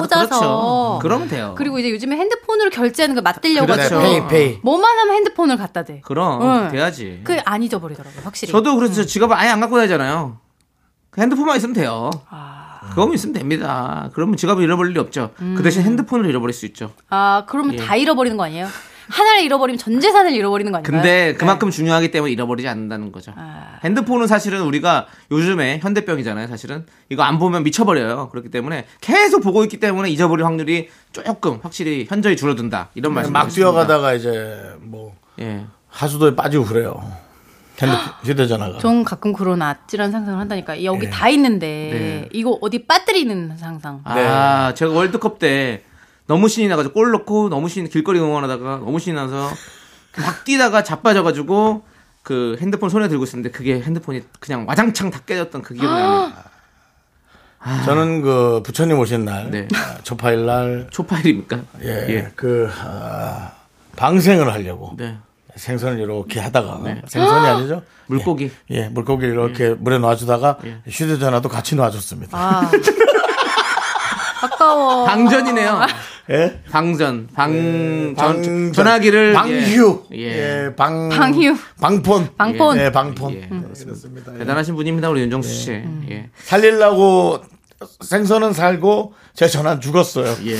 [SPEAKER 2] 그렇죠.
[SPEAKER 8] 꽂아서
[SPEAKER 2] 그러면 돼요.
[SPEAKER 8] 리고 이제 요즘에 핸드폰으로 결제하는 걸 맞들려고
[SPEAKER 2] 그렇죠.
[SPEAKER 8] 가지고
[SPEAKER 1] 페이, 페이.
[SPEAKER 8] 뭐만 하면 핸드폰을 갖다 대.
[SPEAKER 2] 그럼
[SPEAKER 8] 응.
[SPEAKER 2] 돼야지.
[SPEAKER 8] 그 안 잊어버리더라고요, 음. 확실히.
[SPEAKER 2] 저도 그래서 지갑을 아예 안 갖고 다니잖아요. 그 핸드폰만 있으면 돼요.
[SPEAKER 8] 아,
[SPEAKER 2] 그거만 있으면 됩니다. 그러면 지갑을 잃어버릴 일이 없죠.
[SPEAKER 8] 음.
[SPEAKER 2] 그 대신 핸드폰을 잃어버릴 수 있죠.
[SPEAKER 8] 아, 그러면 다 잃어버리는 거 아니에요? 하나를 잃어버리면 전 재산을 잃어버리는 거 아니에요?
[SPEAKER 2] 근데 그만큼 중요하기 때문에 잃어버리지 않는다는 거죠. 핸드폰은 사실은 우리가 요즘에 현대병이잖아요. 사실은 이거 안 보면 미쳐버려요. 그렇기 때문에 계속 보고 있기 때문에 잊어버릴 확률이 조금 확실히 현저히 줄어든다. 이런 말씀.
[SPEAKER 1] 네, 막 뛰어가다가 이제 뭐
[SPEAKER 2] 예.
[SPEAKER 1] 하수도에 빠지고 그래요. 핸드폰 휴대전화가.
[SPEAKER 8] 전 가끔 그런 아찔한 상상을 한다니까. 여기 다 있는데 이거 어디 빠뜨리는 상상.
[SPEAKER 1] 네.
[SPEAKER 2] 아, 제가 월드컵 때 너무 신이 나가지고 골 넣고 너무 신 길거리 응원하다가 너무 신이 나서 막 뛰다가 자빠져가지고 그 핸드폰 손에 들고 있었는데 그게 핸드폰이 그냥 와장창 다 깨졌던 그 기억이 나네요.
[SPEAKER 1] 저는 그 부처님 오신 날,
[SPEAKER 2] 네.
[SPEAKER 1] 아, 초파일 날,
[SPEAKER 2] 초파일입니까?
[SPEAKER 1] 예, 그 아, 예, 방생을 하려고
[SPEAKER 2] 예. 네.
[SPEAKER 1] 생선을 이렇게 하다가 생선이 아니죠?
[SPEAKER 2] 물고기.
[SPEAKER 1] 예, 예, 물고기를 이렇게 물에 놔주다가
[SPEAKER 2] 예.
[SPEAKER 1] 휴대전화도 같이 놔줬습니다.
[SPEAKER 8] 아. 아까워.
[SPEAKER 2] 방전이네요.
[SPEAKER 1] 예?
[SPEAKER 2] 방전. 방, 전,
[SPEAKER 1] 네, 방-
[SPEAKER 2] 전화기를.
[SPEAKER 1] 방휴
[SPEAKER 2] 예.
[SPEAKER 1] 예,
[SPEAKER 2] 예.
[SPEAKER 1] 방
[SPEAKER 8] 방휴.
[SPEAKER 1] 방폰
[SPEAKER 8] 방폰.
[SPEAKER 1] 예, 방폰
[SPEAKER 2] 예,
[SPEAKER 1] 그렇습니다. 예.
[SPEAKER 2] 대단하신 분입니다, 우리 윤정수 씨.
[SPEAKER 1] 네.
[SPEAKER 2] 예.
[SPEAKER 1] 음. 살리려고 생선은 살고 제 전화는 죽었어요.
[SPEAKER 2] 예.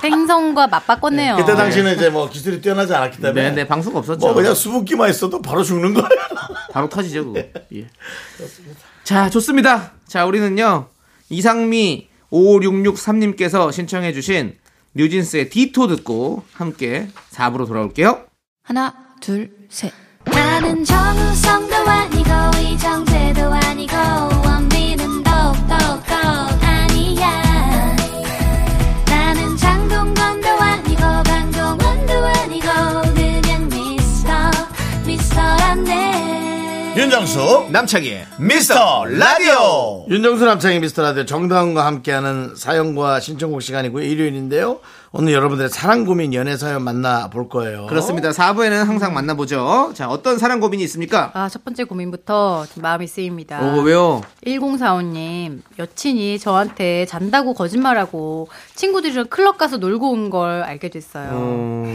[SPEAKER 8] 생선과 맞바꿨네요.
[SPEAKER 1] 그때 당시는 이제 뭐 기술이 뛰어나지 않았기 때문에
[SPEAKER 2] 네, 네, 방수가 없었죠.
[SPEAKER 1] 뭐 그냥 수분기만 네. 있어도 바로 죽는 거예요.
[SPEAKER 2] 바로 터지죠, 그거. 예. 자, 좋습니다. 자, 우리는요. 이상미 5663님께서 신청해 주신 뉴진스의 디토 듣고 함께 4부로 돌아올게요.
[SPEAKER 5] 하나, 둘, 셋.
[SPEAKER 9] 나는 정우성도 아니고 이정재도 아니고 원빈은 더욱더 아니야 나는 장동건도 아니고 강동원도 아니고 그냥 미스터 미스터란데
[SPEAKER 1] 윤정수
[SPEAKER 2] 남창희의
[SPEAKER 1] 미스터 라디오 윤정수 남창희 미스터 라디오 정다운과 함께하는 사연과 신청곡 시간이고요 일요일인데요 오늘 여러분들의 사랑 고민 연애 사연 만나볼 거예요
[SPEAKER 2] 그렇습니다. 4부에는 항상 만나보죠. 자, 어떤 사랑 고민이 있습니까?
[SPEAKER 8] 아, 첫 번째 고민부터 좀 마음이 쓰입니다.
[SPEAKER 2] 어, 왜요?
[SPEAKER 8] 1045님, 여친이 저한테 잔다고 거짓말하고 친구들이랑 클럽 가서 놀고 온 걸 알게 됐어요.
[SPEAKER 2] 어,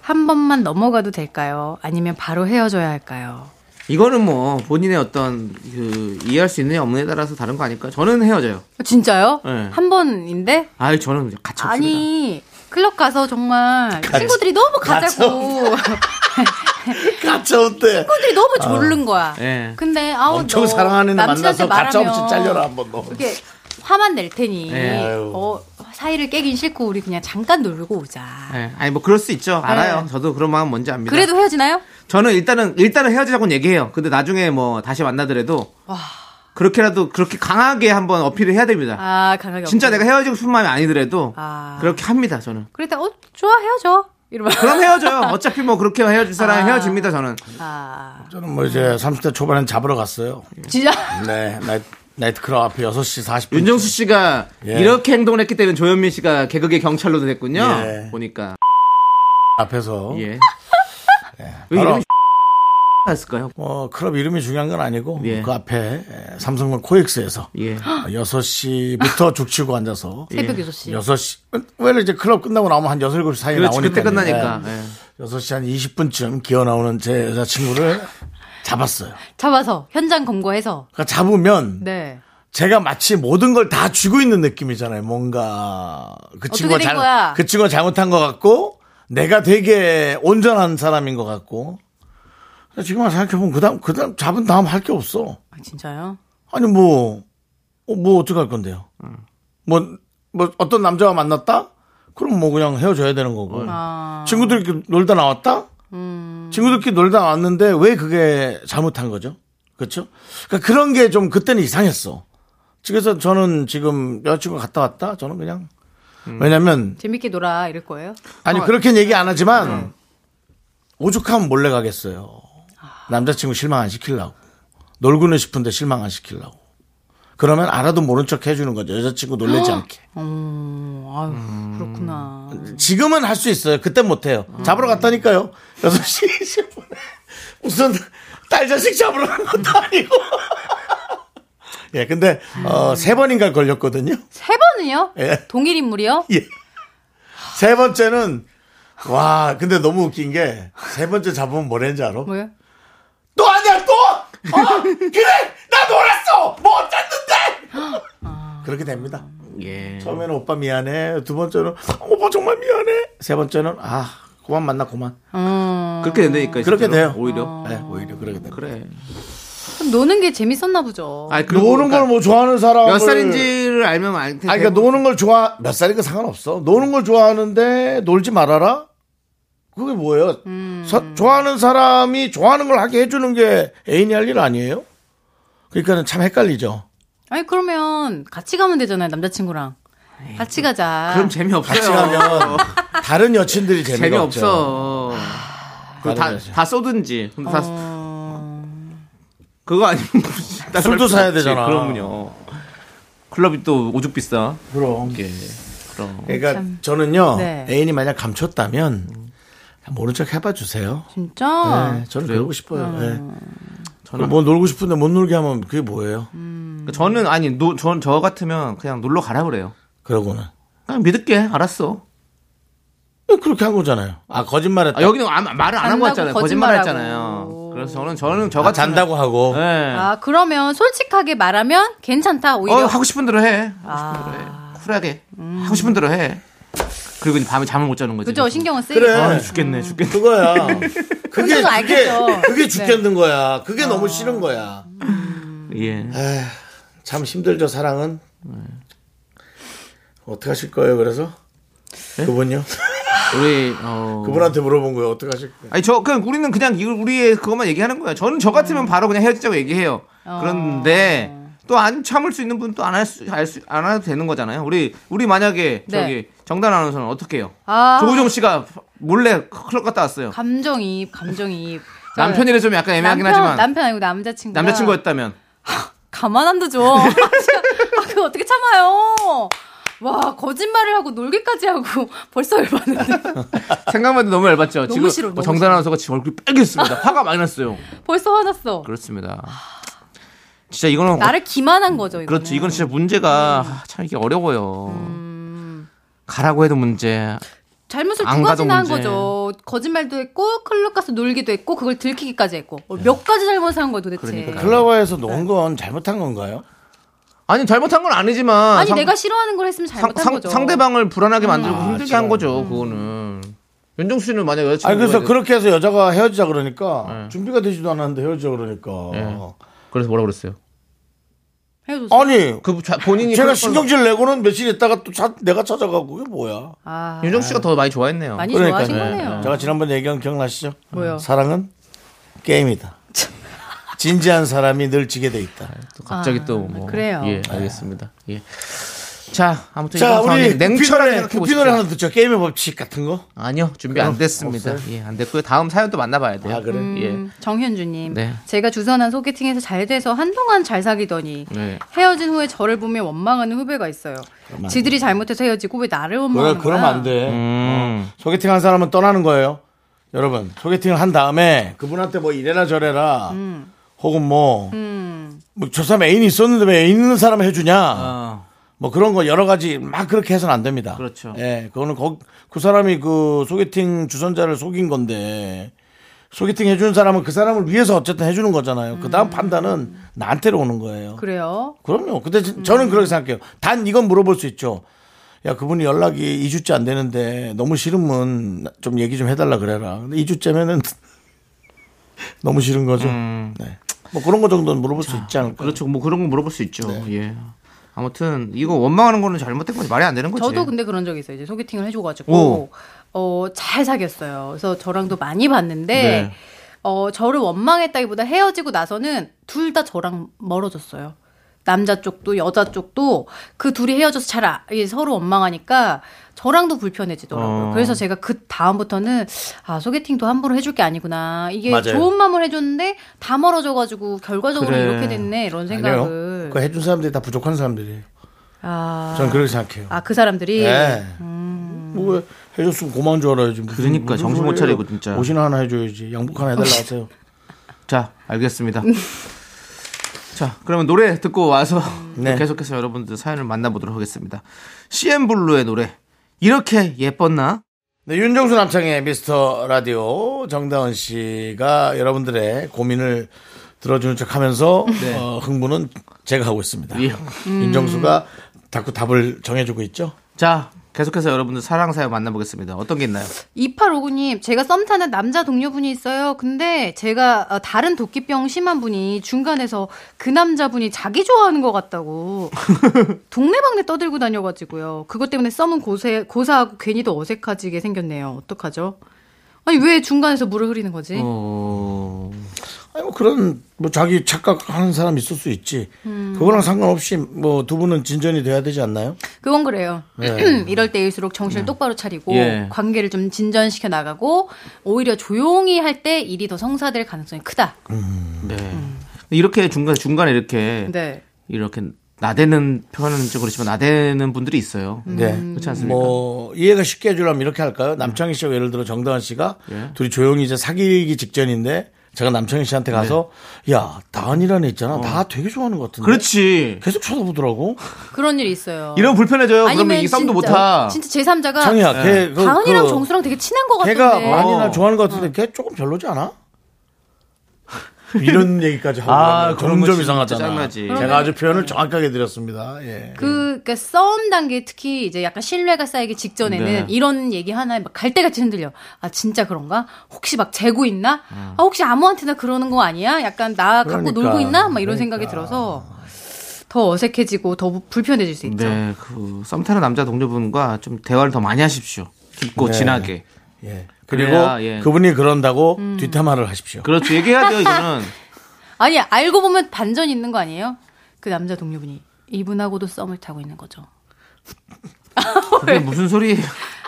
[SPEAKER 8] 한 번만 넘어가도 될까요? 아니면 바로 헤어져야 할까요?
[SPEAKER 2] 이거는 뭐 본인의 어떤 그 이해할 수 있느냐 없느냐에 따라서 다른 거 아닐까? 저는 헤어져요.
[SPEAKER 8] 진짜요?
[SPEAKER 2] 네.
[SPEAKER 8] 한 번인데?
[SPEAKER 2] 아이 저는 같이 없습니다.
[SPEAKER 8] 아니, 클럽
[SPEAKER 1] 아,
[SPEAKER 8] 가서 정말 친구들이 너무 가자고.
[SPEAKER 1] 가짜 어때
[SPEAKER 8] 친구들이 너무 졸른 거야.
[SPEAKER 2] 예.
[SPEAKER 8] 근데 아우
[SPEAKER 1] 아, 엄청
[SPEAKER 8] 너
[SPEAKER 1] 사랑하는 애
[SPEAKER 8] 남친한테
[SPEAKER 1] 만나서 가짜
[SPEAKER 8] 말하면
[SPEAKER 1] 없이 잘려라 한번 너
[SPEAKER 8] 이렇게 화만 낼 테니
[SPEAKER 2] 예.
[SPEAKER 1] 아유.
[SPEAKER 8] 어, 사이를 깨긴 싫고 우리 그냥 잠깐 놀고 오자.
[SPEAKER 2] 예, 아니 뭐 그럴 수 있죠. 알아요. 저도 그런 마음 뭔지 압니다.
[SPEAKER 8] 그래도 헤어지나요?
[SPEAKER 2] 저는 일단은 일단은 헤어지자고 얘기해요. 근데 나중에 뭐 다시 만나더라도 그렇게라도 그렇게 강하게 한번 어필을 해야 됩니다.
[SPEAKER 8] 아 강하게.
[SPEAKER 2] 진짜
[SPEAKER 8] 없네.
[SPEAKER 2] 내가 헤어지고 싶은 마음이 아니더라도
[SPEAKER 8] 아.
[SPEAKER 2] 그렇게 합니다. 저는.
[SPEAKER 8] 그랬다 어 좋아 헤어져 이러면
[SPEAKER 2] 그럼 헤어져요. 어차피 뭐 그렇게 헤어질 사람 은 헤어집니다. 저는.
[SPEAKER 8] 아
[SPEAKER 1] 저는 뭐 이제 30대 초반엔 잡으러 갔어요
[SPEAKER 8] 진짜
[SPEAKER 1] 네 나이, 나이트클럽 앞에 6시 40분
[SPEAKER 2] 윤정수 씨가
[SPEAKER 1] 예.
[SPEAKER 2] 이렇게 행동을 했기 때문에 조현민 씨가 개그계 경찰로 됐군요.
[SPEAKER 1] 예.
[SPEAKER 2] 보니까.
[SPEAKER 1] 앞에서
[SPEAKER 2] 예. 왜
[SPEAKER 1] 예. 바로
[SPEAKER 2] 이름이 했을까요?
[SPEAKER 1] 뭐 클럽 이름이 중요한 건 아니고
[SPEAKER 2] 예.
[SPEAKER 1] 그 앞에 에, 삼성동 코엑스에서
[SPEAKER 2] 예.
[SPEAKER 1] 아, 6시부터 죽치고 앉아서
[SPEAKER 8] 새벽 6시.
[SPEAKER 1] 여섯 시 원래 이제 클럽 끝나고 나오면 한 여섯 일곱 시 사이에
[SPEAKER 2] 그렇지,
[SPEAKER 1] 나오니까
[SPEAKER 2] 그때 끝나니까. 예.
[SPEAKER 1] 여섯 시 한 20분쯤 기어 나오는 제 여자친구를 잡았어요.
[SPEAKER 8] 잡아서 현장 검거해서
[SPEAKER 1] 그러니까 잡으면
[SPEAKER 8] 네
[SPEAKER 1] 제가 마치 모든 걸 다 쥐고 있는 느낌이잖아요. 뭔가 그 친구가
[SPEAKER 8] 된
[SPEAKER 1] 잘,
[SPEAKER 8] 거야?
[SPEAKER 1] 그 친구가 잘못한 것 같고 내가 되게 온전한 사람인 것 같고 근데 지금 생각해보면 그다음 그다음 잡은 다음 할 게 없어.
[SPEAKER 8] 아, 진짜요?
[SPEAKER 1] 아니 뭐, 어, 뭐 어떻게 할 건데요? 뭐, 뭐 어떤 남자와 만났다? 그럼 뭐 그냥 헤어져야 되는 거고.
[SPEAKER 8] 아.
[SPEAKER 1] 친구들끼리 놀다 나왔다? 친구들끼리 놀다 나왔는데 왜 그게 잘못한 거죠? 그렇죠? 그러니까 그런 게 좀 그때는 이상했어. 그래서 저는 지금 여자친구 갔다 왔다? 저는 그냥 왜냐면
[SPEAKER 8] 재밌게 놀아 이럴 거예요?
[SPEAKER 1] 아니 네. 그렇게 는 얘기 안 하지만 오죽하면 몰래 가겠어요. 남자친구 실망 안 시키려고 놀고는 싶은데 실망 안 시키려고. 그러면 알아도 모른 척 해주는 거죠. 여자친구 놀래지 않게.
[SPEAKER 8] 어, 아유
[SPEAKER 2] 음.
[SPEAKER 8] 그렇구나.
[SPEAKER 1] 지금은 할 수 있어요. 그때 못 해요. 잡으러 갔다니까요. 6시 20분에 무슨 딸 자식 잡으러 간 것도 아니고. 예, 근데 어, 세 번인가 걸렸거든요.
[SPEAKER 8] 세 번은요?
[SPEAKER 1] 예.
[SPEAKER 8] 동일 인물이요?
[SPEAKER 1] 예. 세 번째는 와, 근데 너무 웃긴 게 세 번째 잡으면 뭐랬는지 알아?
[SPEAKER 8] 뭐요?
[SPEAKER 1] 또 아니야 또? 어? 그래 나 놀았어 뭐 어쨌는데 그렇게 됩니다
[SPEAKER 2] 예.
[SPEAKER 1] 처음에는 오빠 미안해 두 번째는 오빠 정말 미안해 세 번째는 아 그만 만나 그만
[SPEAKER 8] 어.
[SPEAKER 2] 그렇게 된다니까.
[SPEAKER 1] 그렇게
[SPEAKER 2] 실제로.
[SPEAKER 1] 돼요.
[SPEAKER 2] 네, 오히려.
[SPEAKER 1] 네, 오히려 그렇게 됩니다
[SPEAKER 2] 그래.
[SPEAKER 8] 그럼 노는 게 재밌었나 보죠.
[SPEAKER 2] 아니, 그리고
[SPEAKER 1] 노는 걸
[SPEAKER 2] 그러니까
[SPEAKER 1] 뭐 좋아하는 사람
[SPEAKER 2] 몇 살인지를 알면 알 텐데.
[SPEAKER 1] 아니 그러니까 노는 걸 좋아 몇 살인가 상관없어 노는 걸 좋아하는데 놀지 말아라 그게 뭐예요
[SPEAKER 2] 음.
[SPEAKER 1] 서- 좋아하는 사람이 좋아하는 걸 하게 해주는 게 애인이 할 일 아니에요 그러니까는 참 헷갈리죠
[SPEAKER 8] 아니 그러면 같이 가면 되잖아요 남자친구랑 같이 가자.
[SPEAKER 2] 예. 그럼 재미없어요.
[SPEAKER 1] 같이 가면 다른 여친들이 재미가 없죠. 네.
[SPEAKER 2] 재미없어. 그거 다,
[SPEAKER 1] 다른 여친.
[SPEAKER 2] 다 쏘든지. 근데 다, 그거 아니면 따로
[SPEAKER 1] 술도
[SPEAKER 2] 할 수가
[SPEAKER 1] 사야
[SPEAKER 2] 없지.
[SPEAKER 1] 되잖아.
[SPEAKER 2] 그럼요. 클럽이 또 오죽 비싸.
[SPEAKER 1] 그럼.
[SPEAKER 2] 예. 그럼.
[SPEAKER 1] 그러니까 저는요
[SPEAKER 8] 네.
[SPEAKER 1] 애인이 만약 감췄다면 모른 척 해봐 주세요.
[SPEAKER 8] 진짜?
[SPEAKER 1] 네, 저는 배우고 싶어요. 네. 저는 뭐 놀고 싶은데 못 놀게 하면 그게 뭐예요?
[SPEAKER 2] 그러니까 저는 아니 노, 전, 저 같으면 그냥 놀러 가라 그래요.
[SPEAKER 1] 그러고는
[SPEAKER 2] 그냥 믿을게. 알았어.
[SPEAKER 1] 네, 그렇게 한 거잖아요. 아 거짓말했다.
[SPEAKER 2] 아, 여기는 아- 말을 안 하고
[SPEAKER 8] 잔다고
[SPEAKER 2] 왔잖아요. 거짓말
[SPEAKER 8] 거짓말하고.
[SPEAKER 2] 했잖아요. 그래서 저는 저는 저
[SPEAKER 1] 아,
[SPEAKER 2] 같으면
[SPEAKER 1] 잔다고 하고
[SPEAKER 2] 예.
[SPEAKER 8] 아, 그러면 솔직하게 말하면 괜찮다,
[SPEAKER 2] 어,
[SPEAKER 8] 오히려.
[SPEAKER 2] 하고 싶은 대로 해. 하고
[SPEAKER 8] 아.
[SPEAKER 2] 싶은 대로 해. 쿨하게. 하고 싶은 대로 해. 그리고 이제 밤에 잠을 못 자는 거지.
[SPEAKER 8] 그죠? 음. 신경은 쓰이고.
[SPEAKER 1] 그래.
[SPEAKER 2] 아, 죽겠네, 죽겠네.
[SPEAKER 1] 그거야. 그게
[SPEAKER 8] 혼자도
[SPEAKER 1] 그게
[SPEAKER 8] 알겠죠. 네. 어.
[SPEAKER 1] 그게 죽겠는 거야. 그게 너무 싫은 거야.
[SPEAKER 2] 예.
[SPEAKER 1] 참 힘들죠 사랑은. 어떻게 하실 거예요? 그래서 그분요?
[SPEAKER 2] 우리 어
[SPEAKER 1] 그분한테 물어본 거예요. 어떻게 하실 거예요?
[SPEAKER 2] 아니 저 그냥 우리는 그냥 이걸 우리의 그것만 얘기하는 거야. 저는 저
[SPEAKER 8] 음.
[SPEAKER 2] 같으면 바로 그냥 헤어지자고 얘기해요. 그런데 또 안 참을 수 있는 분 또 안 할 수 알 수 안 해도 되는 거잖아요. 우리 우리 만약에
[SPEAKER 8] 네.
[SPEAKER 2] 저기 정단 아나운서는 어떻게 해요?
[SPEAKER 8] 아.
[SPEAKER 2] 조우정 씨가 몰래 클럽 갔다 왔어요.
[SPEAKER 8] 감정이입, 감정이입.
[SPEAKER 2] 남편이라 좀 약간 애매하긴
[SPEAKER 8] 남편,
[SPEAKER 2] 하지만
[SPEAKER 8] 남편 아니고 남자친구.
[SPEAKER 2] 남자친구였다면
[SPEAKER 8] 가만 안 두죠. 아, 진짜. 아, 그거 어떻게 참아요? 와, 거짓말을 하고 놀기까지 하고 벌써 열받는데.
[SPEAKER 2] 생각만 해도 너무 열받죠.
[SPEAKER 8] 너무
[SPEAKER 2] 지금
[SPEAKER 8] 싫어,
[SPEAKER 2] 뭐
[SPEAKER 8] 너무
[SPEAKER 2] 정단 아나운서가 지금 얼굴이 빨개졌습니다. 화가 많이 났어요.
[SPEAKER 8] 벌써 화났어.
[SPEAKER 2] 그렇습니다. 진짜 이거는
[SPEAKER 8] 나를 음. 기만한 거죠, 이거.
[SPEAKER 2] 그렇죠. 이건 진짜 문제가 아, 참 이게 어려워요.
[SPEAKER 8] 음.
[SPEAKER 2] 가라고 해도 문제.
[SPEAKER 8] 잘못을
[SPEAKER 2] 안
[SPEAKER 8] 두 가지나 한
[SPEAKER 2] 가도 문제.
[SPEAKER 8] 거죠. 거짓말도 했고, 클럽 가서 놀기도 했고, 그걸 들키기까지 했고. 어, 몇 가지 잘못을 한 거예요, 도대체.
[SPEAKER 2] 그러니까요.
[SPEAKER 1] 아. 클라바에서 논 건 잘못한 건가요?
[SPEAKER 2] 아니 잘못한 건 아니지만
[SPEAKER 8] 아니,
[SPEAKER 2] 상-
[SPEAKER 8] 내가 싫어하는 걸 했으면
[SPEAKER 2] 상,
[SPEAKER 8] 잘못한 거죠. 음.
[SPEAKER 2] 대방을 불안하게 만들고
[SPEAKER 1] 아,
[SPEAKER 2] 힘들게
[SPEAKER 1] 지금.
[SPEAKER 2] 한 거죠. 그거는 윤정수 씨는 만약 여자친구
[SPEAKER 1] 아니 그래서 그렇게 해서 여자가 헤어지자 그러니까 준비가 되지도 않았는데 헤어지자 그러니까
[SPEAKER 2] 네. 그래서 뭐라 그랬어요?
[SPEAKER 8] 헤어졌어.
[SPEAKER 1] 아니
[SPEAKER 2] 그 자- 본인이
[SPEAKER 1] 제가
[SPEAKER 2] 클럽
[SPEAKER 1] 신경질 내고는 며칠 있다가 또 자- 내가 찾아가고 그게 뭐야?
[SPEAKER 8] 아,
[SPEAKER 2] 가서- 윤정수 씨가 더 많이 좋아했네요.
[SPEAKER 8] 많이
[SPEAKER 1] 그러니까요.
[SPEAKER 8] 뭐 좋아하신 거네요.
[SPEAKER 1] 제가 지난번 얘기한 거 기억나시죠?
[SPEAKER 8] 뭐요?
[SPEAKER 1] 사랑은 게임이다. 진지한 사람이 늘 지게 돼 있다.
[SPEAKER 2] 또 갑자기
[SPEAKER 8] 아,
[SPEAKER 2] 또 뭐.
[SPEAKER 8] 그래요. 네.
[SPEAKER 2] 예, 알겠습니다. 예. 자, 아무튼
[SPEAKER 1] 자,
[SPEAKER 2] 이번 상황에
[SPEAKER 1] 우리
[SPEAKER 2] 냉철하게
[SPEAKER 1] 냉철하게
[SPEAKER 2] 생각해
[SPEAKER 1] 구피
[SPEAKER 2] 보십시오.
[SPEAKER 1] 노래 하나 듣죠. 게임의 법칙 같은 거.
[SPEAKER 2] 아니요, 준비 안 됐습니다. 예, 안 됐고요. 다음 사연 또 만나봐야 돼요.
[SPEAKER 1] 아, 그래?
[SPEAKER 8] 음.
[SPEAKER 2] 예.
[SPEAKER 8] 정현주님,
[SPEAKER 2] 네.
[SPEAKER 8] 제가 주선한 소개팅에서 잘 돼서 한동안 잘 사귀더니
[SPEAKER 2] 네.
[SPEAKER 8] 헤어진 후에 저를 보며 원망하는 후배가 있어요. 지들이 잘못해서 헤어지고 왜 나를 원망하는 거야?
[SPEAKER 1] 돼.
[SPEAKER 2] 음.
[SPEAKER 1] 소개팅 한 사람은 떠나는 거예요. 여러분, 소개팅을 한 다음에 그분한테 뭐 이래라 저래라
[SPEAKER 2] 음.
[SPEAKER 1] 혹은 뭐, 뭐, 저 사람 애인이 있었는데 왜 애인 있는 사람 해주냐. 뭐 그런 거 여러 가지 막 그렇게 해서는 안 됩니다.
[SPEAKER 2] 어. 그렇죠.
[SPEAKER 1] 예, 그거는 거, 그 사람이 그 소개팅 주선자를 속인 건데 소개팅 해주는 사람은 그 사람을 위해서 어쨌든 해주는 거잖아요. 그 다음 판단은 나한테로 오는 거예요.
[SPEAKER 8] 그래요?
[SPEAKER 1] 그럼요. 근데 저- 저는 그렇게 생각해요. 단 이건 물어볼 수 있죠. 야, 그분이 연락이 2주째 안 되는데 너무 싫으면 좀 얘기 좀 해달라 그래라. 근데 2주째면은 너무 싫은 거죠. 네. 뭐 그런 거 정도는 물어볼 수 있지 않을까.
[SPEAKER 2] 음. 그렇죠. 뭐 그런 거 물어볼 수 있죠.
[SPEAKER 1] 네.
[SPEAKER 2] 예. 아무튼 이거 원망하는 거는 잘못된 거지 말이 안 되는 거지.
[SPEAKER 8] 저도 근데 그런 적이 있어요. 이제 소개팅을
[SPEAKER 2] 오.
[SPEAKER 8] 해줘가지고 어, 잘 사귀었어요. 그래서 저랑도 많이 봤는데
[SPEAKER 2] 네.
[SPEAKER 8] 어, 저를 원망했다기보다 헤어지고 나서는 둘 다 저랑 멀어졌어요. 남자 쪽도 여자 쪽도 그 둘이 헤어져서 잘 아- 이 서로 원망하니까 저랑도
[SPEAKER 2] 어.
[SPEAKER 8] 불편해지더라고요. 그래서 제가 그 다음부터는 아 소개팅도 함부로 해줄 게 아니구나. 이게
[SPEAKER 1] 맞아요.
[SPEAKER 8] 좋은 마음을 해줬는데 다 멀어져가지고 결과적으로
[SPEAKER 2] 그래.
[SPEAKER 8] 이렇게 됐네 이런
[SPEAKER 1] 아니요.
[SPEAKER 8] 생각을.
[SPEAKER 1] 그 해준 사람들이 다 부족한 사람들이에요.
[SPEAKER 8] 아,
[SPEAKER 1] 저는 그렇게 생각해요.
[SPEAKER 8] 아, 그 사람들이
[SPEAKER 1] 예. 뭐 해줬으면 고마운 줄 알아야지. 무슨-
[SPEAKER 2] 음. 그러니까
[SPEAKER 1] 무슨
[SPEAKER 2] 정신 못
[SPEAKER 1] 소리예요.
[SPEAKER 2] 차리고 진짜.
[SPEAKER 1] 옷이나 하나 해줘야지. 양복 하나 해달라 하세요.
[SPEAKER 2] 자, 알겠습니다.
[SPEAKER 8] 음.
[SPEAKER 2] 자, 그러면 노래 듣고 와서
[SPEAKER 1] 네.
[SPEAKER 2] 계속해서 여러분들 사연을 만나보도록 하겠습니다. CM 블루의 노래. 이렇게 예뻤나?
[SPEAKER 1] 네, 윤정수 남창의 미스터 라디오 정다은 씨가 여러분들의 고민을 들어주는 척 하면서 어, 흥분은 제가 하고 있습니다.
[SPEAKER 2] 네.
[SPEAKER 1] 음.
[SPEAKER 2] 예.
[SPEAKER 1] 윤정수가 자꾸 답을 정해주고 있죠.
[SPEAKER 2] 자, 계속해서 여러분들 사랑 사연 만나보겠습니다. 어떤 게 있나요?
[SPEAKER 8] 2859님, 제가 썸 타는 남자 동료분이 있어요. 근데 제가 어, 다른 도끼병 심한 분이 중간에서 그 남자분이 자기 좋아하는 것 같다고 동네방네 떠들고 다녀가지고요. 그것 때문에 썸은 고세, 고사하고 괜히 더 어색하지게 생겼네요. 어떡하죠? 아니, 왜 중간에서 물을 흐리는 거지?
[SPEAKER 2] 어...
[SPEAKER 8] 음.
[SPEAKER 1] 아니 뭐 그런 뭐 자기 착각하는 사람 있을 수 있지. 그거랑 상관없이 뭐 두 분은 진전이 돼야 되지 않나요?
[SPEAKER 8] 그건 그래요.
[SPEAKER 1] 네.
[SPEAKER 8] 이럴 때일수록 정신을 똑바로 차리고
[SPEAKER 2] 예.
[SPEAKER 8] 관계를 좀 진전시켜 나가고 오히려 조용히 할 때 일이 더 성사될 가능성이 크다. 음.
[SPEAKER 2] 네. 이렇게 중간, 중간에 이렇게,
[SPEAKER 8] 네.
[SPEAKER 2] 이렇게 나대는 표현은 좀 그렇지만 나대는 분들이 있어요.
[SPEAKER 8] 음.
[SPEAKER 2] 그렇지 않습니까?
[SPEAKER 1] 뭐 이해가 쉽게 해주려면 이렇게 할까요? 남창희 씨와 예를 들어 정다은 씨가
[SPEAKER 2] 예.
[SPEAKER 1] 둘이 조용히 이제 사귀기 직전인데 제가 남창희 씨한테 가서 야 다은이라는 애 있잖아 나 되게 좋아하는 것 같은데
[SPEAKER 2] 네. 어. 그렇죠. 그렇지.
[SPEAKER 1] 계속 쳐다보더라고
[SPEAKER 8] 그런 일 있어요.
[SPEAKER 2] 이런 불편해져요. 그러면 이 싸움도
[SPEAKER 8] 진짜- 어,
[SPEAKER 2] 못하.
[SPEAKER 8] 진짜 제 3자가
[SPEAKER 1] 창희야
[SPEAKER 8] 네.
[SPEAKER 1] 걔 그-
[SPEAKER 8] 그러니까 다은이랑
[SPEAKER 1] 그-
[SPEAKER 8] 정수랑 되게 친한 것 같은데.
[SPEAKER 1] 걔가 많이
[SPEAKER 2] 어.
[SPEAKER 1] 나 좋아하는 것 같은데 걔 조금 별로지 않아? 이런 얘기까지 하고
[SPEAKER 2] 아,
[SPEAKER 1] 그러면
[SPEAKER 2] 그런 거
[SPEAKER 1] 점점
[SPEAKER 2] 진짜
[SPEAKER 1] 이상하잖아.
[SPEAKER 2] 짜증나지.
[SPEAKER 1] 제가 아주 표현을 정확하게 드렸습니다. 예.
[SPEAKER 8] 그, 그니까 싸움 단계 특히 이제 약간 신뢰가 쌓이기 직전에는
[SPEAKER 2] 네.
[SPEAKER 8] 이런 얘기 하나에 막 갈대같이 흔들려. 아, 진짜 그런가? 혹시 막 재고 있나? 아, 혹시 아무한테나 그러는 거 아니야? 약간 나 갖고
[SPEAKER 1] 음. 그러니까,
[SPEAKER 8] 놀고 있나? 막
[SPEAKER 1] 그러니까.
[SPEAKER 8] 이런 생각이 들어서 더 어색해지고 더 부- 불편해질 수 있죠.
[SPEAKER 2] 네, 그 썸타는 남자 동료분과 좀 대화를 더 많이 하십시오.
[SPEAKER 8] 네.
[SPEAKER 2] 깊고 진하게.
[SPEAKER 1] 예. 그리고
[SPEAKER 2] 그래야, 예.
[SPEAKER 1] 그분이 그런다고
[SPEAKER 8] 음.
[SPEAKER 1] 뒷담화를 하십시오.
[SPEAKER 2] 그렇죠. 얘기해야 돼요,
[SPEAKER 8] 네.
[SPEAKER 2] 이거는.
[SPEAKER 8] 아니, 알고 보면 반전 있는 거 아니에요? 그 남자 동료분이. 이분하고도 썸을 타고 있는 거죠.
[SPEAKER 2] 그게 무슨 소리예요?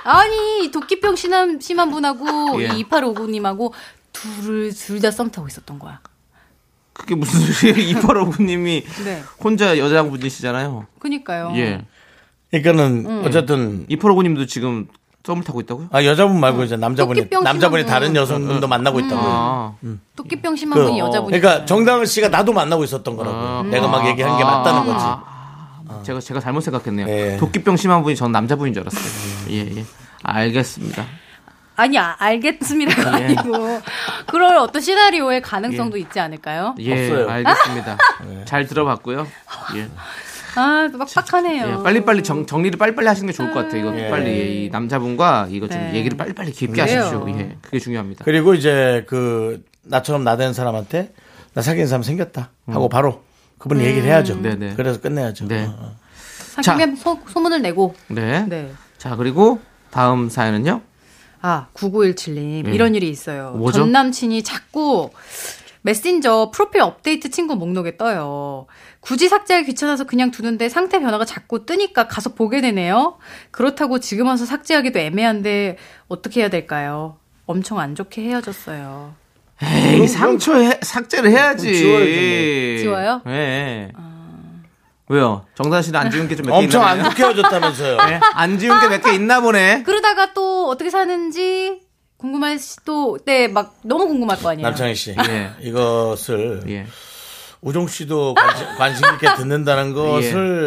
[SPEAKER 8] 아니, 이 도끼병 심한, 심한 분하고
[SPEAKER 2] 예.
[SPEAKER 8] 이 2859님하고 둘을, 둘 다 썸 타고 있었던 거야.
[SPEAKER 2] 그게 무슨 소리예요? 이팔오구님이
[SPEAKER 8] 네.
[SPEAKER 2] 혼자 여자분이시잖아요.
[SPEAKER 8] 그니까요.
[SPEAKER 2] 예.
[SPEAKER 1] 그러니까는
[SPEAKER 8] 음.
[SPEAKER 1] 어쨌든
[SPEAKER 2] 이팔오구님도 지금 썸을 타고 있다고요?
[SPEAKER 1] 아 여자분 말고 이제 남자분이
[SPEAKER 8] 도끼병
[SPEAKER 1] 남자분이
[SPEAKER 8] 음. 심하고.
[SPEAKER 1] 다른 여성분도 만나고 있다고.
[SPEAKER 2] 아,
[SPEAKER 8] 도끼병 심한
[SPEAKER 1] 그,
[SPEAKER 8] 분이 여자분이.
[SPEAKER 1] 그러니까 정다은 씨가 나도 만나고 있었던 거라고.
[SPEAKER 2] 아,
[SPEAKER 1] 내가 막 얘기한 게 맞다는 거지.
[SPEAKER 8] 아.
[SPEAKER 2] 제가 제가 잘못 생각했네요.
[SPEAKER 1] 아. 예.
[SPEAKER 2] 도끼병 심한 분이 전 남자분인 줄 알았어요. 예, 예. 알겠습니다.
[SPEAKER 8] 아니 아,
[SPEAKER 2] 예.
[SPEAKER 8] 알겠습니다가 아니고 그럴 어떤 시나리오의 가능성도 있지 않을까요?
[SPEAKER 2] 예,
[SPEAKER 1] 없어요. 네.
[SPEAKER 2] 알겠습니다. 잘 들어봤고요. 예.
[SPEAKER 8] 아 빡빡하네요.
[SPEAKER 2] 예, 빨리빨리 정, 정리를 빨리빨리 하시는 게 좋을 것 같아요. 이거
[SPEAKER 1] 예.
[SPEAKER 2] 빨리 이 남자분과 이거 좀
[SPEAKER 8] 네.
[SPEAKER 2] 얘기를 빨리빨리 깊게
[SPEAKER 8] 그래요.
[SPEAKER 2] 하십시오. 예, 그게 중요합니다.
[SPEAKER 1] 그리고 이제 그 나처럼 나대는 사람한테 나 사귀는 사람 생겼다 하고 바로 그분 이 얘기를 해야죠.
[SPEAKER 2] 음. 네네.
[SPEAKER 1] 그래서 끝내야죠.
[SPEAKER 2] 네.
[SPEAKER 1] 어, 어.
[SPEAKER 8] 상대방 소, 소문을 내고.
[SPEAKER 2] 네.
[SPEAKER 8] 네.
[SPEAKER 2] 자, 그리고 다음 사연은요.
[SPEAKER 8] 아 9917님
[SPEAKER 2] 예.
[SPEAKER 8] 이런 일이 있어요.
[SPEAKER 2] 뭐죠?
[SPEAKER 8] 전 남친이 자꾸 메신저 프로필 업데이트 친구 목록에 떠요. 굳이 삭제하기 귀찮아서 그냥 두는데 상태 변화가 자꾸 뜨니까 가서 보게 되네요. 그렇다고 지금 와서 삭제하기도 애매한데 어떻게 해야 될까요? 엄청 안 좋게 헤어졌어요.
[SPEAKER 2] 에이, 상처
[SPEAKER 1] 음.
[SPEAKER 2] 해- 삭제를 해야지.
[SPEAKER 1] 뭐. 지워야죠,
[SPEAKER 8] 지워요?
[SPEAKER 2] 예.
[SPEAKER 1] 아.
[SPEAKER 2] 왜요? 정단 씨는 안 지운 게 좀 몇 개 있나
[SPEAKER 1] 엄청 안
[SPEAKER 2] 보네요?
[SPEAKER 1] 좋게 헤어졌다면서요.
[SPEAKER 2] 예, 안 지운 게 몇 개 있나 보네.
[SPEAKER 8] 그러다가 또 어떻게 사는지 궁금할 또 때 막 너무 궁금할 거 아니에요.
[SPEAKER 1] 남창희 씨,
[SPEAKER 2] 예.
[SPEAKER 1] 이것을
[SPEAKER 2] 예.
[SPEAKER 1] 우종 씨도 관심, 관심 있게
[SPEAKER 2] 예.
[SPEAKER 1] 듣는다는 것을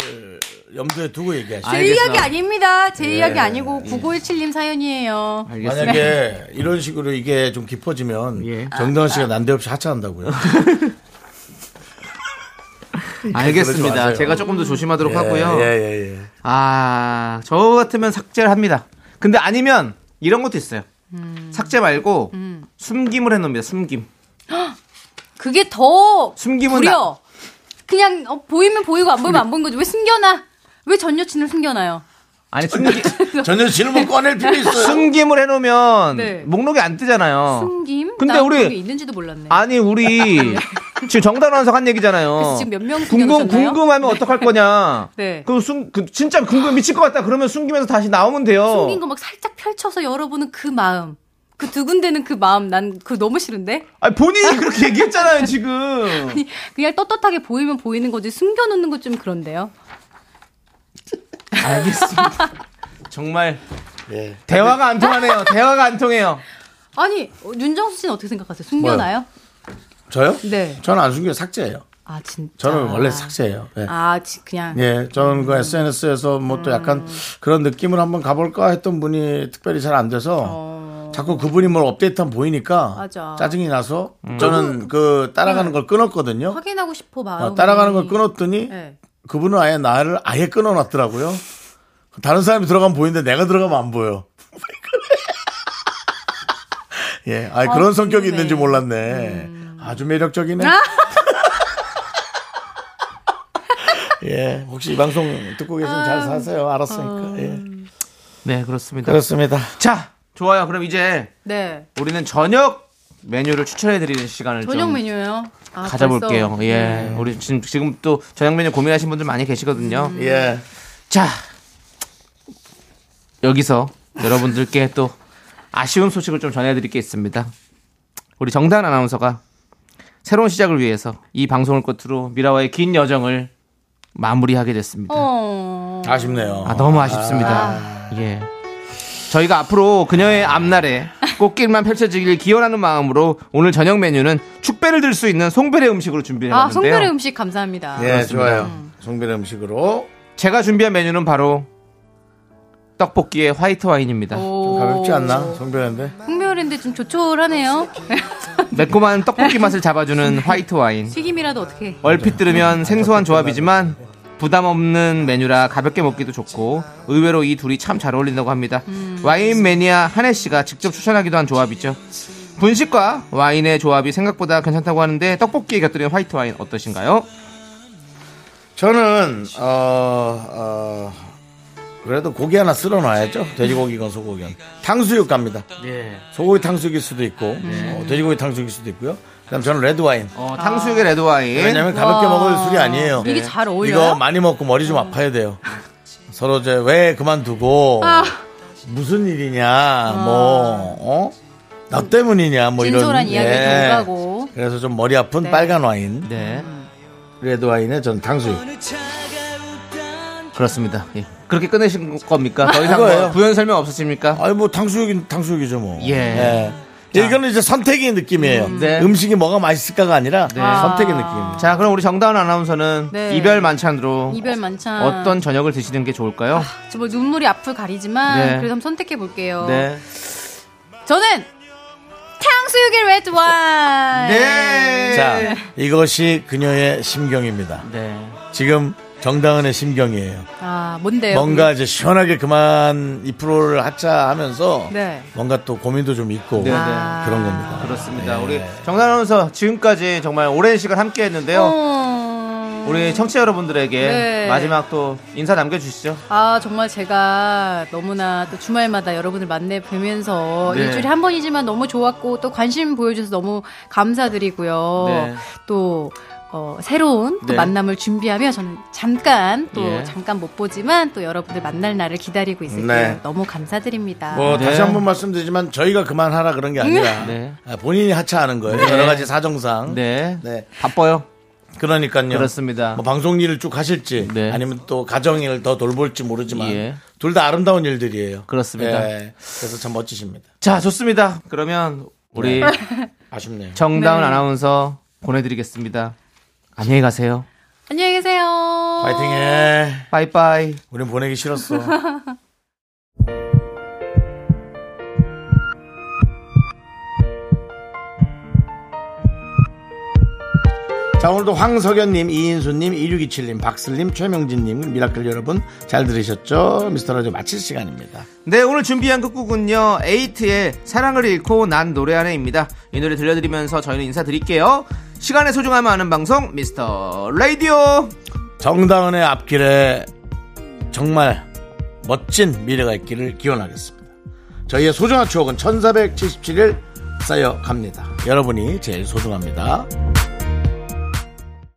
[SPEAKER 1] 염두에 두고 얘기하시죠.
[SPEAKER 8] 제
[SPEAKER 2] 알겠어요. 예.
[SPEAKER 8] 이야기 아닙니다. 제 이야기 아니고 9917님 사연이에요.
[SPEAKER 2] 알겠습니다.
[SPEAKER 1] 만약에 이런 식으로 이게 좀 깊어지면
[SPEAKER 2] 예.
[SPEAKER 1] 정다은 씨가 난데없이 하차한다고요. 그러지
[SPEAKER 2] 알겠습니다.
[SPEAKER 1] 마세요.
[SPEAKER 2] 제가 조금 더 조심하도록
[SPEAKER 1] 예,
[SPEAKER 2] 하고요.
[SPEAKER 1] 예, 예, 예.
[SPEAKER 2] 아, 저 같으면 삭제를 합니다. 근데 아니면 이런 것도 있어요.
[SPEAKER 8] 음.
[SPEAKER 2] 삭제 말고 숨김을 해놓습니다. 숨김.
[SPEAKER 8] 그게 더
[SPEAKER 2] 숨기면
[SPEAKER 8] 구려. 그냥 어, 보이면 보이고 안 보이면 안 보이는 거지. 왜 숨겨놔? 왜 전 여친을 숨겨놔요?
[SPEAKER 2] 아니 숨기,
[SPEAKER 1] 전혀 질문 뭐 꺼낼 필요 있어요.
[SPEAKER 2] 숨김을 해놓으면
[SPEAKER 8] 네.
[SPEAKER 2] 목록에 안 뜨잖아요.
[SPEAKER 8] 숨김?
[SPEAKER 2] 어. 근데
[SPEAKER 8] 난
[SPEAKER 2] 우리-
[SPEAKER 8] 그런 게 있는지도 몰랐네.
[SPEAKER 2] 아니 우리 지금 정단원석 한 얘기잖아요.
[SPEAKER 8] 그래서 지금 몇명
[SPEAKER 2] 궁금
[SPEAKER 8] 숨겨놓으셨나요?
[SPEAKER 2] 궁금하면 어떡할 거냐.
[SPEAKER 8] 네.
[SPEAKER 2] 그럼 숨 그, 진짜 궁금 미칠 것 같다. 그러면 숨기면서 다시 나오면 돼요.
[SPEAKER 8] 숨긴 거 막 살짝 펼쳐서 열어보는 그 마음. 그 두근대는 그 마음. 난 그거 너무 싫은데?
[SPEAKER 2] 아니 본인이 그렇게 얘기했잖아요 지금.
[SPEAKER 8] 아니, 그냥 떳떳하게 보이면 보이는 거지. 숨겨놓는 거 좀 그런데요.
[SPEAKER 2] 알겠습니다. 정말
[SPEAKER 1] 예.
[SPEAKER 2] 대화가 안 통하네요. 대화가 안 통해요.
[SPEAKER 8] 아니 어, 윤정수 씨는 어떻게 생각하세요? 숨겨놔요?
[SPEAKER 1] 저요?
[SPEAKER 8] 네.
[SPEAKER 1] 저는 안 숨겨요. 삭제예요.
[SPEAKER 8] 아 진짜.
[SPEAKER 1] 저는 원래 삭제예요.
[SPEAKER 2] 네.
[SPEAKER 1] 예.
[SPEAKER 8] 아 지- 그냥
[SPEAKER 1] 예, 저는
[SPEAKER 8] 음.
[SPEAKER 1] 그 SNS에서 뭐 또 약간 그런 느낌을 한번 가볼까 했던 분이 특별히 잘 안 돼서 자꾸 그분이 뭘 업데이트하면 보이니까
[SPEAKER 8] 어. 맞아. 음. 네.
[SPEAKER 1] 짜증이 나서 저는 그 따라가는 걸 끊었거든요.
[SPEAKER 8] 확인하고
[SPEAKER 2] 아,
[SPEAKER 8] 싶어 마음.
[SPEAKER 1] 어, 따라가는 걸 끊었더니
[SPEAKER 8] 네.
[SPEAKER 1] 그분은 아예 나를 아예 끊어놨더라고요. 다른 사람이 들어가면 보이는데 내가 들어가면 안 보여. 왜 그래? 예, 아 그런
[SPEAKER 8] 아,
[SPEAKER 1] 성격이
[SPEAKER 8] 궁금해.
[SPEAKER 1] 있는지 몰랐네. 음. 아주 매력적이네. 예, 혹시 이 방송 듣고 계시면 잘 사세요. 알았으니까. 예.
[SPEAKER 2] 네 그렇습니다.
[SPEAKER 1] 그렇습니다.
[SPEAKER 2] 자 좋아요. 그럼 이제
[SPEAKER 8] 네.
[SPEAKER 2] 우리는 저녁 메뉴를 추천해 드리는 시간을
[SPEAKER 8] 저녁
[SPEAKER 2] 좀
[SPEAKER 8] 메뉴요. 아,
[SPEAKER 2] 가져볼게요.
[SPEAKER 8] 벌써? 네.
[SPEAKER 2] 예. 우리 지금 지금 또 저녁 메뉴 고민하신 분들 많이 계시거든요.
[SPEAKER 8] 음.
[SPEAKER 1] 예.
[SPEAKER 2] 자 여기서 여러분들께 또 아쉬운 소식을 좀 전해드릴 게 있습니다. 우리 정단 아나운서가 새로운 시작을 위해서 이 방송을 끝으로 미라와의 긴 여정을 마무리하게 됐습니다.
[SPEAKER 8] 어.
[SPEAKER 1] 아쉽네요.
[SPEAKER 2] 아, 너무 아쉽습니다. 예. 저희가 앞으로 그녀의 앞날에 꽃길만 펼쳐지길 기원하는 마음으로 오늘 저녁 메뉴는 축배를 들 수 있는 송별의 음식으로 준비해봤는데요.
[SPEAKER 8] 아, 송별의 음식 감사합니다.
[SPEAKER 1] 예, 좋아요. 송별의 음식으로
[SPEAKER 2] 제가 준비한 메뉴는 바로 떡볶이에 화이트 와인입니다.
[SPEAKER 8] 오.
[SPEAKER 1] 가볍지 않나? 송별인데.
[SPEAKER 8] 송별인데 좀 조촐하네요.
[SPEAKER 2] 매콤한 떡볶이 맛을 잡아주는 화이트 와인.
[SPEAKER 8] 튀김이라도 어떻게.
[SPEAKER 2] 얼핏 들으면 생소한 조합이지만 부담 없는 메뉴라 가볍게 먹기도 좋고 의외로 이 둘이 참 잘 어울린다고 합니다.
[SPEAKER 8] 음,
[SPEAKER 2] 와인 매니아 한혜 씨가 직접 추천하기도 한 조합이죠. 분식과 와인의 조합이 생각보다 괜찮다고 하는데 떡볶이에 곁들인 화이트 와인 어떠신가요?
[SPEAKER 1] 저는 어, 어, 그래도 고기 하나 쓸어놔야죠. 돼지고기건 소고기건 탕수육 갑니다.
[SPEAKER 2] 예.
[SPEAKER 1] 소고기 탕수육일 수도 있고
[SPEAKER 8] 네.
[SPEAKER 1] 어, 돼지고기 탕수육일 수도 있고요. 그다음 저는 레드 와인.
[SPEAKER 8] 아.
[SPEAKER 2] 탕수육에 레드 와인.
[SPEAKER 1] 어, 왜냐면 가볍게 먹을 술이 아니에요.
[SPEAKER 8] 예?
[SPEAKER 1] 네.
[SPEAKER 8] 이게 잘 어울려요?
[SPEAKER 1] 이거 많이 먹고 머리 좀 아파야 돼요. 서로 이제 왜 그만두고
[SPEAKER 8] 아.
[SPEAKER 1] 무슨 일이냐 뭐 어? 나 때문이냐 뭐 이런
[SPEAKER 8] 진솔한 이야기에
[SPEAKER 1] 예.
[SPEAKER 8] 동가고.
[SPEAKER 1] 그래서 좀 머리 아픈 빨간 와인
[SPEAKER 2] 네.
[SPEAKER 1] 레드 와인에 전 탕수육
[SPEAKER 2] 그렇습니다. 예. 그렇게 끝내신 겁니까? 더 이상
[SPEAKER 1] 그거예요.
[SPEAKER 2] 뭐 부연 설명 없으십니까?
[SPEAKER 1] 아니 뭐 탕수육인 탕수육이죠 뭐.
[SPEAKER 2] 예.
[SPEAKER 1] 예. 이거는 이제 선택의 느낌이에요.
[SPEAKER 2] 네.
[SPEAKER 1] 음식이 뭐가 맛있을까가 아니라 선택의 느낌.
[SPEAKER 2] 자, 그럼 우리 정다운 아나운서는
[SPEAKER 8] 네.
[SPEAKER 2] 이별 만찬으로
[SPEAKER 8] 이별 만찬.
[SPEAKER 2] 어떤 저녁을 드시는 게 좋을까요?
[SPEAKER 8] 정말 눈물이 앞을 가리지만
[SPEAKER 2] 네.
[SPEAKER 8] 그래도 한번 선택해 볼게요.
[SPEAKER 2] 네.
[SPEAKER 8] 저는 탕수육의 레드 와인.
[SPEAKER 2] 네.
[SPEAKER 1] 자, 이것이 그녀의 심경입니다.
[SPEAKER 2] 네.
[SPEAKER 1] 지금 정다은의 심경이에요.
[SPEAKER 8] 아
[SPEAKER 2] 네,
[SPEAKER 8] 뭔데요?
[SPEAKER 1] 뭔가 이제 시원하게 그만 이 프로를 하차하면서
[SPEAKER 8] 네.
[SPEAKER 1] 뭔가 또 고민도 좀 있고
[SPEAKER 2] 네.
[SPEAKER 8] 아.
[SPEAKER 1] 그런 겁니다.
[SPEAKER 2] 그렇습니다. 우리 정다운서 지금까지 정말 오랜 시간 함께 했는데요.
[SPEAKER 8] 어.
[SPEAKER 2] 우리 청취자 여러분들에게
[SPEAKER 8] 네.
[SPEAKER 2] 마지막 또 인사 남겨주시죠.
[SPEAKER 8] 아 정말 제가 너무나 또 주말마다 여러분을 만나 뵈면서
[SPEAKER 2] 네.
[SPEAKER 8] 일주일에 한 번이지만 너무 좋았고 또 관심 보여주셔서 너무 감사드리고요.
[SPEAKER 2] 네.
[SPEAKER 8] 또 어, 새로운
[SPEAKER 2] 네.
[SPEAKER 8] 또 만남을 준비하며 저는 잠깐 또
[SPEAKER 2] 예.
[SPEAKER 8] 잠깐 못 보지만 또 여러분들 만날 날을 기다리고 있을게요.
[SPEAKER 1] 네.
[SPEAKER 8] 너무 감사드립니다.
[SPEAKER 1] 뭐
[SPEAKER 2] 네.
[SPEAKER 1] 다시 한 번 말씀드리지만 저희가 그만하라 그런 게 아니라
[SPEAKER 2] 네.
[SPEAKER 1] 아, 본인이 하차하는 거예요. 여러 가지 사정상.
[SPEAKER 2] 네.
[SPEAKER 1] 네.
[SPEAKER 2] 바빠요.
[SPEAKER 1] 그러니까요.
[SPEAKER 2] 그렇습니다.
[SPEAKER 1] 뭐 방송 일을 쭉 하실지
[SPEAKER 2] 네.
[SPEAKER 1] 아니면 또 가정 일을 더 돌볼지 모르지만
[SPEAKER 2] 예.
[SPEAKER 1] 둘 다 아름다운 일들이에요.
[SPEAKER 2] 그렇습니다.
[SPEAKER 1] 예. 그래서 참 멋지십니다.
[SPEAKER 2] 자, 좋습니다. 그러면 우리
[SPEAKER 1] 아쉽네요.
[SPEAKER 2] 정다운 아나운서 보내드리겠습니다. 안녕히 가세요.
[SPEAKER 8] 안녕히 계세요.
[SPEAKER 1] 파이팅해.
[SPEAKER 2] 빠이빠이.
[SPEAKER 1] 우린 보내기 싫었어. 자 오늘도 황석연님, 이인수님, 2627님, 박슬님, 최명진님, 미라클 여러분 잘 들으셨죠? 미스터라디오 마칠 시간입니다.
[SPEAKER 2] 네, 오늘 준비한 끝곡은요. 에이트의 사랑을 잃고 난 노래 안에입니다. 이 노래 들려드리면서 저희는 인사드릴게요. 시간의 소중함을 아는 방송 미스터 라디오.
[SPEAKER 1] 정다은의 앞길에 정말 멋진 미래가 있기를 기원하겠습니다. 저희의 소중한 추억은 1477일 쌓여갑니다. 여러분이 제일 소중합니다.